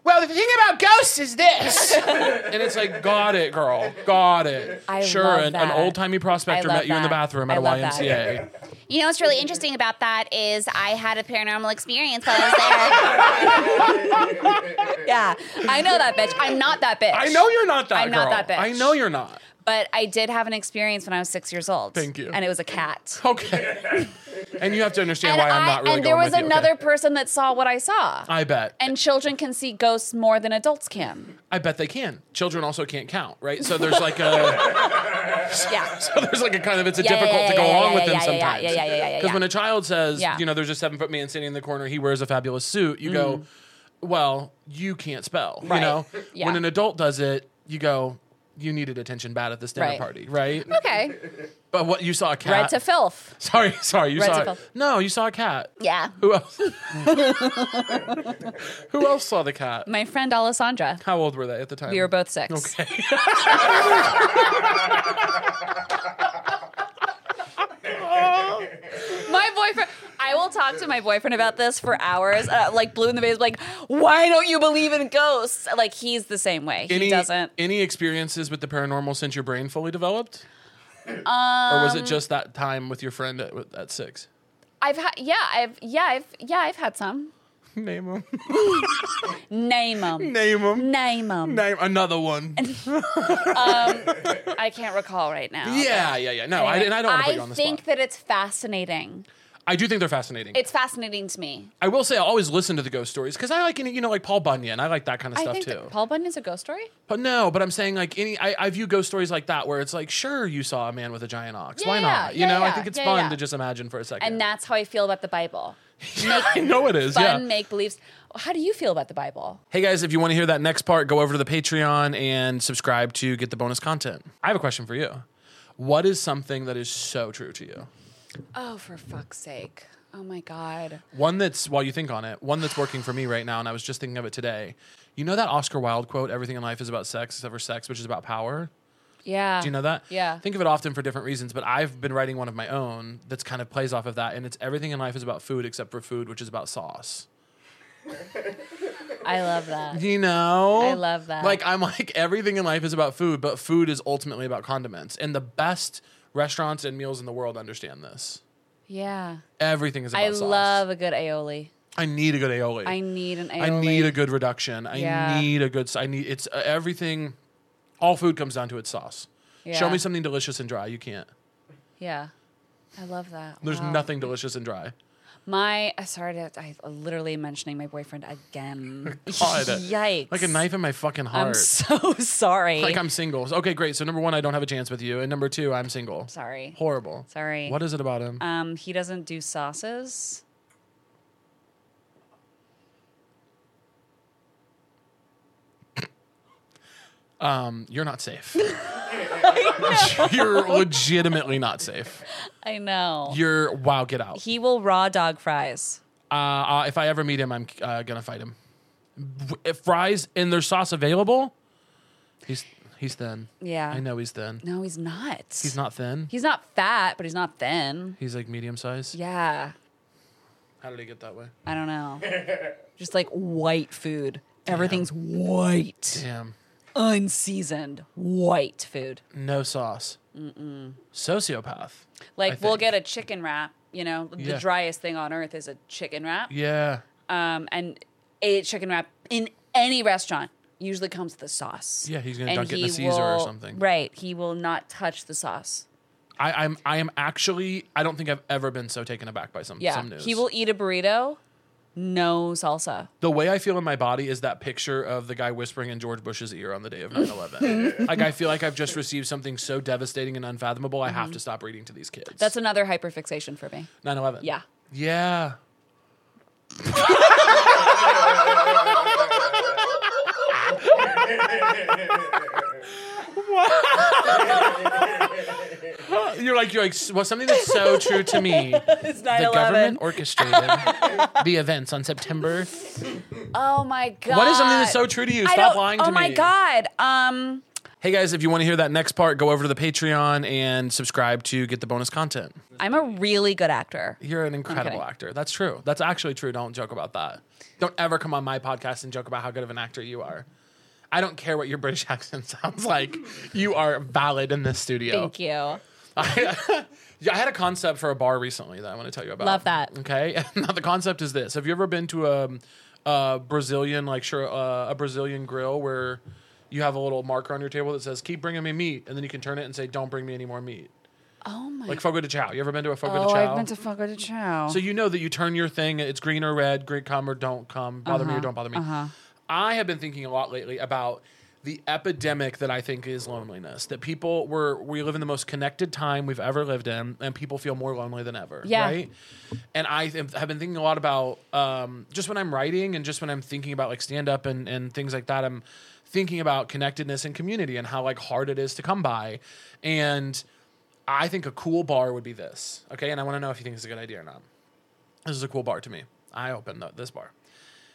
[SPEAKER 1] Well, the thing about ghosts is this. and it's like, got it, girl. Got it.
[SPEAKER 2] I
[SPEAKER 1] sure,
[SPEAKER 2] love
[SPEAKER 1] an,
[SPEAKER 2] that.
[SPEAKER 1] old timey prospector
[SPEAKER 2] I love
[SPEAKER 1] met you in the
[SPEAKER 2] that.
[SPEAKER 1] bathroom
[SPEAKER 2] I
[SPEAKER 1] at a
[SPEAKER 2] love that.
[SPEAKER 1] YMCA.
[SPEAKER 3] You know what's really interesting about that is I had a paranormal experience while I was there.
[SPEAKER 2] Yeah, I know that bitch. I'm not that bitch.
[SPEAKER 1] I know you're not that
[SPEAKER 2] I'm not
[SPEAKER 1] girl.
[SPEAKER 2] that bitch.
[SPEAKER 1] I know you're not.
[SPEAKER 2] but I did have an experience when I was six years old.
[SPEAKER 1] Thank you.
[SPEAKER 2] And it was a cat.
[SPEAKER 1] Okay. and you have to understand
[SPEAKER 2] and
[SPEAKER 1] why I'm
[SPEAKER 2] I-
[SPEAKER 1] not really going
[SPEAKER 2] and there was
[SPEAKER 1] with you, okay?
[SPEAKER 2] another person that saw what I saw.
[SPEAKER 1] I bet.
[SPEAKER 2] and children can see ghosts more than adults can.
[SPEAKER 1] I bet they can. Children also can't count, right? So there's like a
[SPEAKER 2] Yeah.
[SPEAKER 1] so there's like a kind of it's a
[SPEAKER 2] Yeah, yeah,
[SPEAKER 1] difficult
[SPEAKER 2] yeah,
[SPEAKER 1] to go
[SPEAKER 2] yeah,
[SPEAKER 1] along
[SPEAKER 2] yeah,
[SPEAKER 1] with them
[SPEAKER 2] yeah, yeah, yeah,
[SPEAKER 1] sometimes.
[SPEAKER 2] yeah, yeah, yeah, yeah, yeah.
[SPEAKER 1] Because when a child says,
[SPEAKER 2] Yeah.
[SPEAKER 1] you know, there's a seven foot man standing in the corner, he wears a fabulous suit, you go, well, you can't spell, you
[SPEAKER 2] Mm. Right.
[SPEAKER 1] know.
[SPEAKER 2] Yeah.
[SPEAKER 1] When an adult does it, you go, you needed attention bad at this dinner
[SPEAKER 2] Right.
[SPEAKER 1] party, right?
[SPEAKER 2] Okay.
[SPEAKER 1] But what you saw a cat?
[SPEAKER 2] Red to filth.
[SPEAKER 1] sorry, sorry, you
[SPEAKER 2] Red
[SPEAKER 1] saw
[SPEAKER 2] to
[SPEAKER 1] a-
[SPEAKER 2] Phil.
[SPEAKER 1] no, you saw a cat.
[SPEAKER 3] Yeah.
[SPEAKER 1] Who else? Who else saw the cat?
[SPEAKER 2] My friend Alessandra.
[SPEAKER 1] How old were they at the time?
[SPEAKER 2] We were both six.
[SPEAKER 1] Okay.
[SPEAKER 2] My boyfriend, I will talk to my boyfriend about this for hours. Uh, like blue in the face, like why don't you believe in ghosts? Like he's the same way. He doesn't.
[SPEAKER 1] Any experiences with the paranormal since your brain fully developed? or
[SPEAKER 2] Um,
[SPEAKER 1] was it just that time with your friend at, with- at six?
[SPEAKER 2] I've had yeah, I've yeah, I've yeah, I've had some.
[SPEAKER 1] Name them.
[SPEAKER 2] Name them.
[SPEAKER 1] Name them.
[SPEAKER 2] Name them.
[SPEAKER 1] Name another one.
[SPEAKER 2] I can't recall right now.
[SPEAKER 1] yeah, yeah, yeah. No, I, and I don't want to put you on the
[SPEAKER 2] think
[SPEAKER 1] spot.
[SPEAKER 2] that it's fascinating.
[SPEAKER 1] I do think they're fascinating.
[SPEAKER 2] It's fascinating to me.
[SPEAKER 1] I will say I always listen to the ghost stories because I like any, you know, like Paul Bunyan. I like that kind of
[SPEAKER 2] I
[SPEAKER 1] stuff
[SPEAKER 2] think
[SPEAKER 1] too.
[SPEAKER 2] that Paul Bunyan is a ghost story.
[SPEAKER 1] but no, but I'm saying like any, I, I view ghost stories like that where it's like, sure, you saw a man with a giant ox.
[SPEAKER 2] Yeah,
[SPEAKER 1] Why
[SPEAKER 2] yeah,
[SPEAKER 1] not? You
[SPEAKER 2] yeah,
[SPEAKER 1] know, I
[SPEAKER 2] yeah,
[SPEAKER 1] think it's
[SPEAKER 2] yeah,
[SPEAKER 1] fun
[SPEAKER 2] yeah.
[SPEAKER 1] to just imagine for a second.
[SPEAKER 2] And that's how I feel about the Bible.
[SPEAKER 1] I know it is.
[SPEAKER 2] Fun
[SPEAKER 1] yeah.
[SPEAKER 2] make believes. How do you feel about the Bible?
[SPEAKER 1] Hey guys, if you want to hear that next part, go over to the Patreon and subscribe to get the bonus content. I have a question for you. What is something that is so true to you?
[SPEAKER 2] Oh, for fuck's sake. Oh my God.
[SPEAKER 1] One that's, while you think on it, one that's working for me right now, and I was just thinking of it today. You know that Oscar Wilde quote, everything in life is about sex except for sex, which is about power?
[SPEAKER 2] Yeah.
[SPEAKER 1] Do you know that?
[SPEAKER 2] Yeah.
[SPEAKER 1] Think of it often for different reasons, but I've been writing one of my own that's kind of plays off of that, and it's everything in life is about food except for food, which is about sauce.
[SPEAKER 2] I love that.
[SPEAKER 1] You know?
[SPEAKER 2] I love that.
[SPEAKER 1] Like, I'm like, everything in life is about food, but food is ultimately about condiments. And the best restaurants and meals in the world understand this.
[SPEAKER 2] Yeah.
[SPEAKER 1] Everything is about
[SPEAKER 2] I
[SPEAKER 1] sauce.
[SPEAKER 2] love a good aioli.
[SPEAKER 1] I need a good aioli.
[SPEAKER 2] I need an aioli.
[SPEAKER 1] I need a good reduction. I
[SPEAKER 2] Yeah.
[SPEAKER 1] need a good. I need. It's uh, everything. All food comes down to its sauce. Show
[SPEAKER 2] Yeah.
[SPEAKER 1] me something delicious and dry. You can't.
[SPEAKER 2] Yeah. I love that.
[SPEAKER 1] There's
[SPEAKER 2] Wow.
[SPEAKER 1] nothing delicious and dry.
[SPEAKER 2] My, uh, sorry, to, I I'm literally mentioning my boyfriend again.
[SPEAKER 1] God.
[SPEAKER 2] Yikes.
[SPEAKER 1] Like a knife in my fucking
[SPEAKER 2] I'm
[SPEAKER 1] heart.
[SPEAKER 2] so sorry.
[SPEAKER 1] like I'm single. Okay, great. So number one, I don't have a chance with you, and number two, I'm single.
[SPEAKER 2] sorry.
[SPEAKER 1] Horrible.
[SPEAKER 2] Sorry.
[SPEAKER 1] What is it about him?
[SPEAKER 2] Um, he doesn't do sauces.
[SPEAKER 1] Um, you're not safe. you're legitimately not safe.
[SPEAKER 2] I know.
[SPEAKER 1] You're wow, get out.
[SPEAKER 2] he will raw dog fries.
[SPEAKER 1] Uh, uh, if I ever meet him, I'm uh, gonna fight him. If fries and there's sauce available, he's he's thin.
[SPEAKER 2] Yeah.
[SPEAKER 1] I know he's thin.
[SPEAKER 2] No, he's not.
[SPEAKER 1] He's not thin.
[SPEAKER 2] He's not fat, but he's not thin.
[SPEAKER 1] He's like medium size.
[SPEAKER 2] Yeah.
[SPEAKER 1] How did he get that way?
[SPEAKER 2] I don't know. Just like white food. Everything's white,
[SPEAKER 1] Damn,
[SPEAKER 2] unseasoned white food.
[SPEAKER 1] no sauce. Sociopath. I
[SPEAKER 2] Like we'll
[SPEAKER 1] think.
[SPEAKER 2] get a chicken wrap, you know,
[SPEAKER 1] Yeah.
[SPEAKER 2] the driest thing on earth is a chicken wrap.
[SPEAKER 1] Yeah.
[SPEAKER 2] Um and a chicken wrap in any restaurant usually comes with a sauce.
[SPEAKER 1] Yeah, he's gonna
[SPEAKER 2] And
[SPEAKER 1] dunk it in a
[SPEAKER 2] he
[SPEAKER 1] Caesar or
[SPEAKER 2] will-
[SPEAKER 1] something.
[SPEAKER 2] Right. He will not touch the sauce.
[SPEAKER 1] I, I'm. I am actually. I don't think I've ever been so taken aback by some.
[SPEAKER 2] Yeah.
[SPEAKER 1] Some news.
[SPEAKER 2] He will eat a burrito, no salsa.
[SPEAKER 1] the way I feel in my body is that picture of the guy whispering in George Bush's ear on the day of 9 11. like, I feel like I've just received something so devastating and unfathomable, I have to stop reading to these kids.
[SPEAKER 2] Mm-hmm. That's another hyperfixation for me.
[SPEAKER 1] 9 11.
[SPEAKER 2] Yeah.
[SPEAKER 1] Yeah. you're like you're like well something that's so true to me.
[SPEAKER 2] It's
[SPEAKER 1] The
[SPEAKER 2] 9
[SPEAKER 1] government orchestrated the events on September.
[SPEAKER 2] Oh my God.
[SPEAKER 1] What is something that's so true to you?
[SPEAKER 2] Uh, I
[SPEAKER 1] Stop
[SPEAKER 2] don't-
[SPEAKER 1] lying to
[SPEAKER 2] oh
[SPEAKER 1] me.
[SPEAKER 2] my God. Um,
[SPEAKER 1] Hey guys, if you want to hear that next part, go over to the Patreon and subscribe to get the bonus content.
[SPEAKER 2] I'm a really good actor.
[SPEAKER 1] You're an incredible
[SPEAKER 2] kidding.
[SPEAKER 1] actor. That's true. That's actually true. Don't joke about that. Don't ever come on my podcast and joke about how good of an actor you are. I don't care what your British accent sounds like. You are valid in this studio.
[SPEAKER 2] Thank you.
[SPEAKER 1] I, yeah, I had a concept for a bar recently that I want to tell you about.
[SPEAKER 2] Love that.
[SPEAKER 1] Okay. now the concept is this: Have you ever been to a, um, a Brazilian, like sure, uh, a Brazilian grill where you have a little marker on your table that says "Keep bringing me meat," and then you can turn it and say "Don't bring me any more meat."
[SPEAKER 2] Oh my.
[SPEAKER 1] Like Fogo de Chao. You ever been to a Fogo
[SPEAKER 2] oh,
[SPEAKER 1] de Chao?
[SPEAKER 2] I've been to Fogo de Chao.
[SPEAKER 1] so you know that you turn your thing. It's green or red. Green come or don't come. Bother me or don't bother me. I have been thinking a lot lately about the epidemic that I think is loneliness. That people were we live in the most connected time we've ever lived in, and people feel more lonely than ever.
[SPEAKER 2] Yeah.
[SPEAKER 1] Right. And I th- have been thinking a lot about um, just when I'm writing and just when I'm thinking about like stand up and and things like that. I'm thinking about connectedness and community and how like hard it is to come by, and I think a cool bar would be this. Okay, and I want to know if you think it's a good idea or not. This is a cool bar to me. I open th- this bar.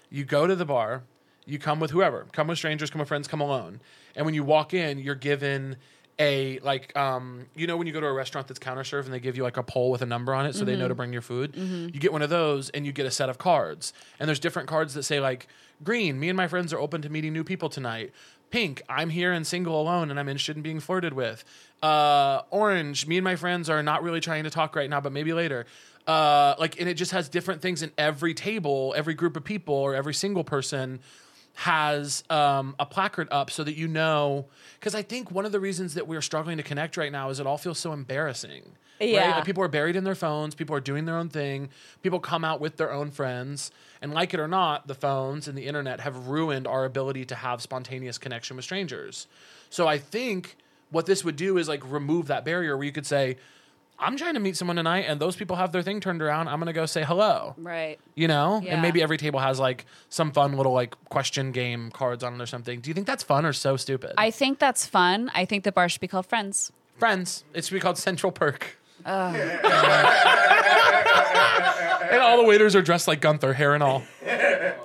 [SPEAKER 1] You go to the bar, you come with whoever, come with strangers, come with friends, come alone. And when you walk in, you're given a like um you know when you go to a restaurant that's counter serve and they give you like a pole with a number on it so they know to bring your food you get one of those and you get a set of cards and there's different cards that say like green me and my friends are open to meeting new people tonight pink i'm here and single alone and i'm interested in being flirted with uh orange me and my friends are not really trying to talk right now but maybe later uh, like and it just has different things in every table every group of people or every single person has um, a placard up so that you know because i think one of the reasons that we're struggling to connect right now is it all feels so embarrassing right?
[SPEAKER 2] Yeah.
[SPEAKER 1] Like, people are buried in their phones people are doing their own thing people come out with their own friends and like it or not the phones and the internet have ruined our ability to have spontaneous connection with strangers so i think what this would do is like remove that barrier where you could say I'm trying to meet someone tonight, and those people have their thing turned around. I'm gonna go say hello,
[SPEAKER 2] right.
[SPEAKER 1] you know.
[SPEAKER 2] Yeah.
[SPEAKER 1] And maybe every table has like some fun little like question game cards on it or something. Do you think that's fun or so stupid?
[SPEAKER 2] I think that's fun. I think the bar should be called Friends.
[SPEAKER 1] Friends, it should be called Central Perk. and all the waiters are dressed like Gunther, hair and all.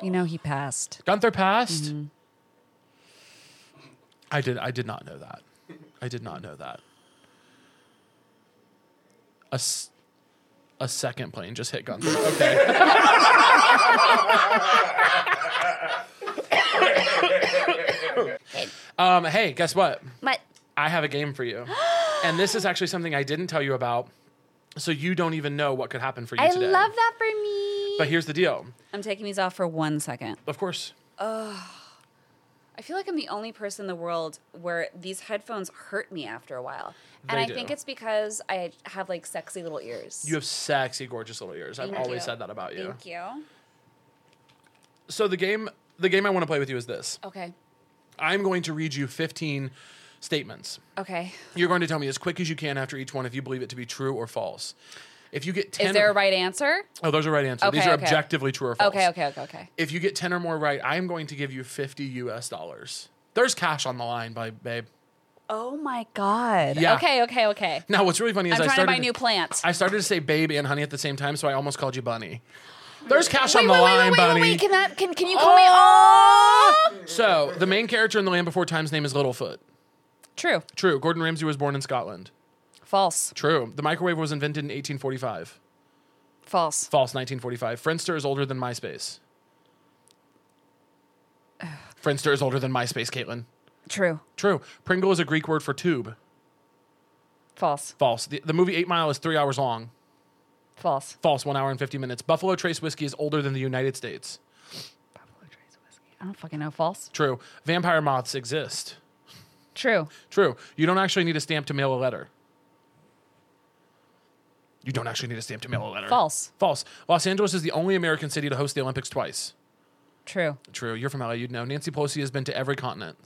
[SPEAKER 2] You know, he passed.
[SPEAKER 1] Gunther passed. I did. I did not know that. I did not know that. A, s- a second plane just hit Gunther. Okay. um, hey, guess what?
[SPEAKER 3] But
[SPEAKER 1] I have a game for you, and this is actually something I didn't tell you about, so you don't even know what could happen for you
[SPEAKER 2] I
[SPEAKER 1] today.
[SPEAKER 2] love that for me.
[SPEAKER 1] But here's the deal.
[SPEAKER 2] I'm taking these off for one second.
[SPEAKER 1] Of course,
[SPEAKER 2] I feel like I'm the only person in the world where these headphones hurt me after a while. and
[SPEAKER 1] They
[SPEAKER 2] I
[SPEAKER 1] do.
[SPEAKER 2] think it's because I have like sexy little ears.
[SPEAKER 1] you have sexy, gorgeous little ears. I've
[SPEAKER 2] Thank
[SPEAKER 1] always
[SPEAKER 2] you.
[SPEAKER 1] said that about you.
[SPEAKER 2] Thank you.
[SPEAKER 1] So the game the game I want to play with you is this.
[SPEAKER 2] Okay.
[SPEAKER 1] I'm going to read you 15 statements.
[SPEAKER 2] Okay.
[SPEAKER 1] You're going to tell me as quick as you can after each one if you believe it to be true or false. If you get 10
[SPEAKER 2] Is there a right answer?
[SPEAKER 1] Oh, those are right answers. These
[SPEAKER 2] Okay,
[SPEAKER 1] are
[SPEAKER 2] okay.
[SPEAKER 1] objectively true or false.
[SPEAKER 2] Okay, okay, okay, okay.
[SPEAKER 1] If you get 10 or more right, I am going to give you 50 US dollars. There's cash on the line, ba- babe.
[SPEAKER 2] Oh my god.
[SPEAKER 1] Yeah.
[SPEAKER 2] Okay, okay, okay.
[SPEAKER 1] Now, what's really funny is
[SPEAKER 2] I'm
[SPEAKER 1] I
[SPEAKER 2] trying to
[SPEAKER 1] started
[SPEAKER 2] buy new plants.
[SPEAKER 1] I started to say babe and honey at the same time, so I almost called you bunny. There's cash on
[SPEAKER 2] wait,
[SPEAKER 1] the
[SPEAKER 2] wait,
[SPEAKER 1] line,
[SPEAKER 2] wait, wait,
[SPEAKER 1] bunny. Oh!
[SPEAKER 2] wait, wait. Can that can can you call me all?
[SPEAKER 1] So, the main character in The Land Before Time's name is Littlefoot.
[SPEAKER 2] True.
[SPEAKER 1] True. Gordon Ramsay was born in Scotland.
[SPEAKER 2] False.
[SPEAKER 1] True. The microwave was invented in 1845.
[SPEAKER 2] False.
[SPEAKER 1] False, 1945. Friendster is older than MySpace. Friendster is older than MySpace, Caitlin.
[SPEAKER 2] True.
[SPEAKER 1] True. Pringle is a Greek word for tube.
[SPEAKER 2] False.
[SPEAKER 1] False. The, the movie Eight Mile is three hours long.
[SPEAKER 2] False.
[SPEAKER 1] False, one hour and 50 minutes. Buffalo Trace whiskey is older than the United States.
[SPEAKER 2] Buffalo Trace whiskey. I don't fucking know. False.
[SPEAKER 1] True. Vampire moths exist.
[SPEAKER 2] True.
[SPEAKER 1] True. You don't actually need a stamp to mail a letter. You don't actually need a stamp to mail a letter.
[SPEAKER 2] False.
[SPEAKER 1] False. Los Angeles is the only American city to host the Olympics twice.
[SPEAKER 2] True.
[SPEAKER 1] True. You're from LA. You'd know. Nancy Pelosi has been to every continent.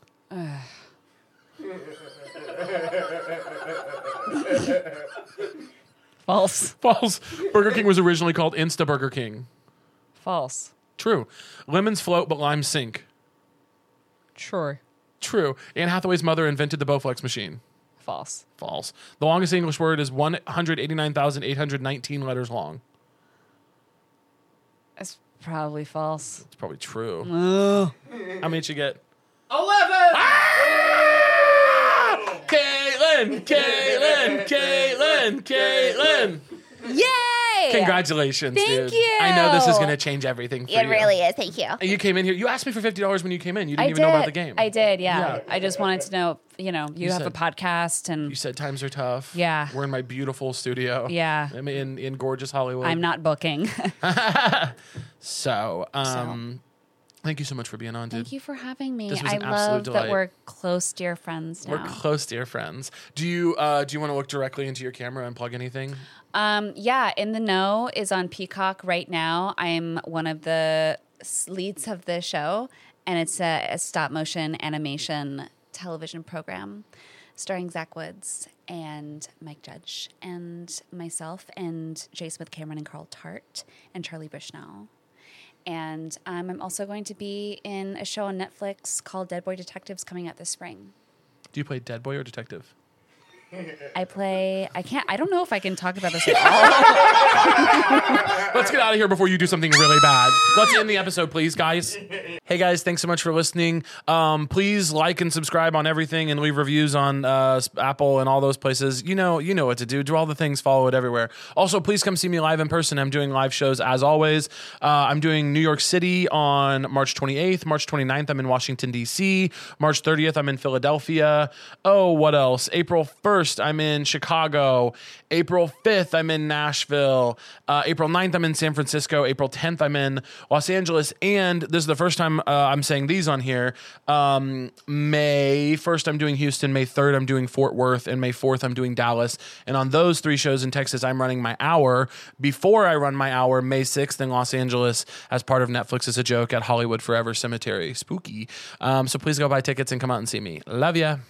[SPEAKER 2] False.
[SPEAKER 1] False. Burger King was originally called Insta Burger King.
[SPEAKER 2] False.
[SPEAKER 1] True. Lemons float, but limes sink.
[SPEAKER 2] True.
[SPEAKER 1] True. Anne Hathaway's mother invented the Bowflex machine.
[SPEAKER 2] False.
[SPEAKER 1] False. The longest English word is 189,819 letters long.
[SPEAKER 2] That's probably false.
[SPEAKER 1] It's probably true. How many did you get? 11! Ah! Caitlin! Caitlin! Caitlin! Caitlin!
[SPEAKER 2] Yay!
[SPEAKER 1] Congratulations,
[SPEAKER 2] Thank
[SPEAKER 1] dude. I know this is
[SPEAKER 2] you.
[SPEAKER 1] going to change everything for
[SPEAKER 3] It
[SPEAKER 1] you.
[SPEAKER 3] really is. Thank you.
[SPEAKER 1] And You came in here. You asked me for $50 when you came in. You didn't
[SPEAKER 2] I
[SPEAKER 1] even
[SPEAKER 2] did.
[SPEAKER 1] know about the game.
[SPEAKER 2] I did. Yeah.
[SPEAKER 1] Yeah.
[SPEAKER 2] I just wanted to know. You know, you, have
[SPEAKER 1] said-
[SPEAKER 2] a podcast,
[SPEAKER 1] You
[SPEAKER 2] and
[SPEAKER 1] said times are tough.
[SPEAKER 2] Yeah.
[SPEAKER 1] We're in my beautiful studio.
[SPEAKER 2] Yeah.
[SPEAKER 1] I'm in, in gorgeous Hollywood.
[SPEAKER 2] I'm not booking.
[SPEAKER 1] So, um, thank you so much for being on, dude.
[SPEAKER 2] Thank you for having me.
[SPEAKER 1] This was
[SPEAKER 2] I
[SPEAKER 1] an absolute
[SPEAKER 2] love
[SPEAKER 1] delight.
[SPEAKER 2] that we're close, dear friends now.
[SPEAKER 1] We're close, dear friends. Do you uh, do you want to look directly into your camera and plug anything?
[SPEAKER 2] Um, yeah, In the Know is on Peacock right now. I'm one of the s- leads of the show, and it's a, a stop motion animation television program starring Zach Woods and Mike Judge and myself and Jay Smith Cameron and Carl Tart and Charlie Bushnell. And um, I'm also going to be in a show on Netflix called Dead Boy Detectives coming out this spring.
[SPEAKER 1] Do you play Dead Boy or Detective?
[SPEAKER 2] I play, I can't, I don't know if I can talk about this at all.
[SPEAKER 1] Let's get out of here before you do something really bad. Let's end the episode, please, guys. Hey, guys, thanks so much for listening. Um, please like and subscribe on everything, and leave reviews on uh, Apple and all those places. You know, you know what to do. Do all the things. Follow it everywhere. Also, please come see me live in person. I'm doing live shows as always. Uh, I'm doing New York City on March 28th, March 29th. I'm in Washington D.C. March 30th, I'm in Philadelphia. Oh, what else? April 1st, I'm in Chicago. April 5th, I'm in Nashville. Uh, April 9th, I'm in San Francisco. April 10th, I'm in Los Angeles. And this is the first time uh, I'm saying these on here. Um, May 1st, I'm doing Houston. May 3rd, I'm doing Fort Worth. And May 4th, I'm doing Dallas. And on those three shows in Texas, I'm running my hour. Before I run my hour, May 6th in Los Angeles, as part of Netflix is a joke at Hollywood Forever Cemetery. Spooky. Um, so please go buy tickets and come out and see me. Love ya.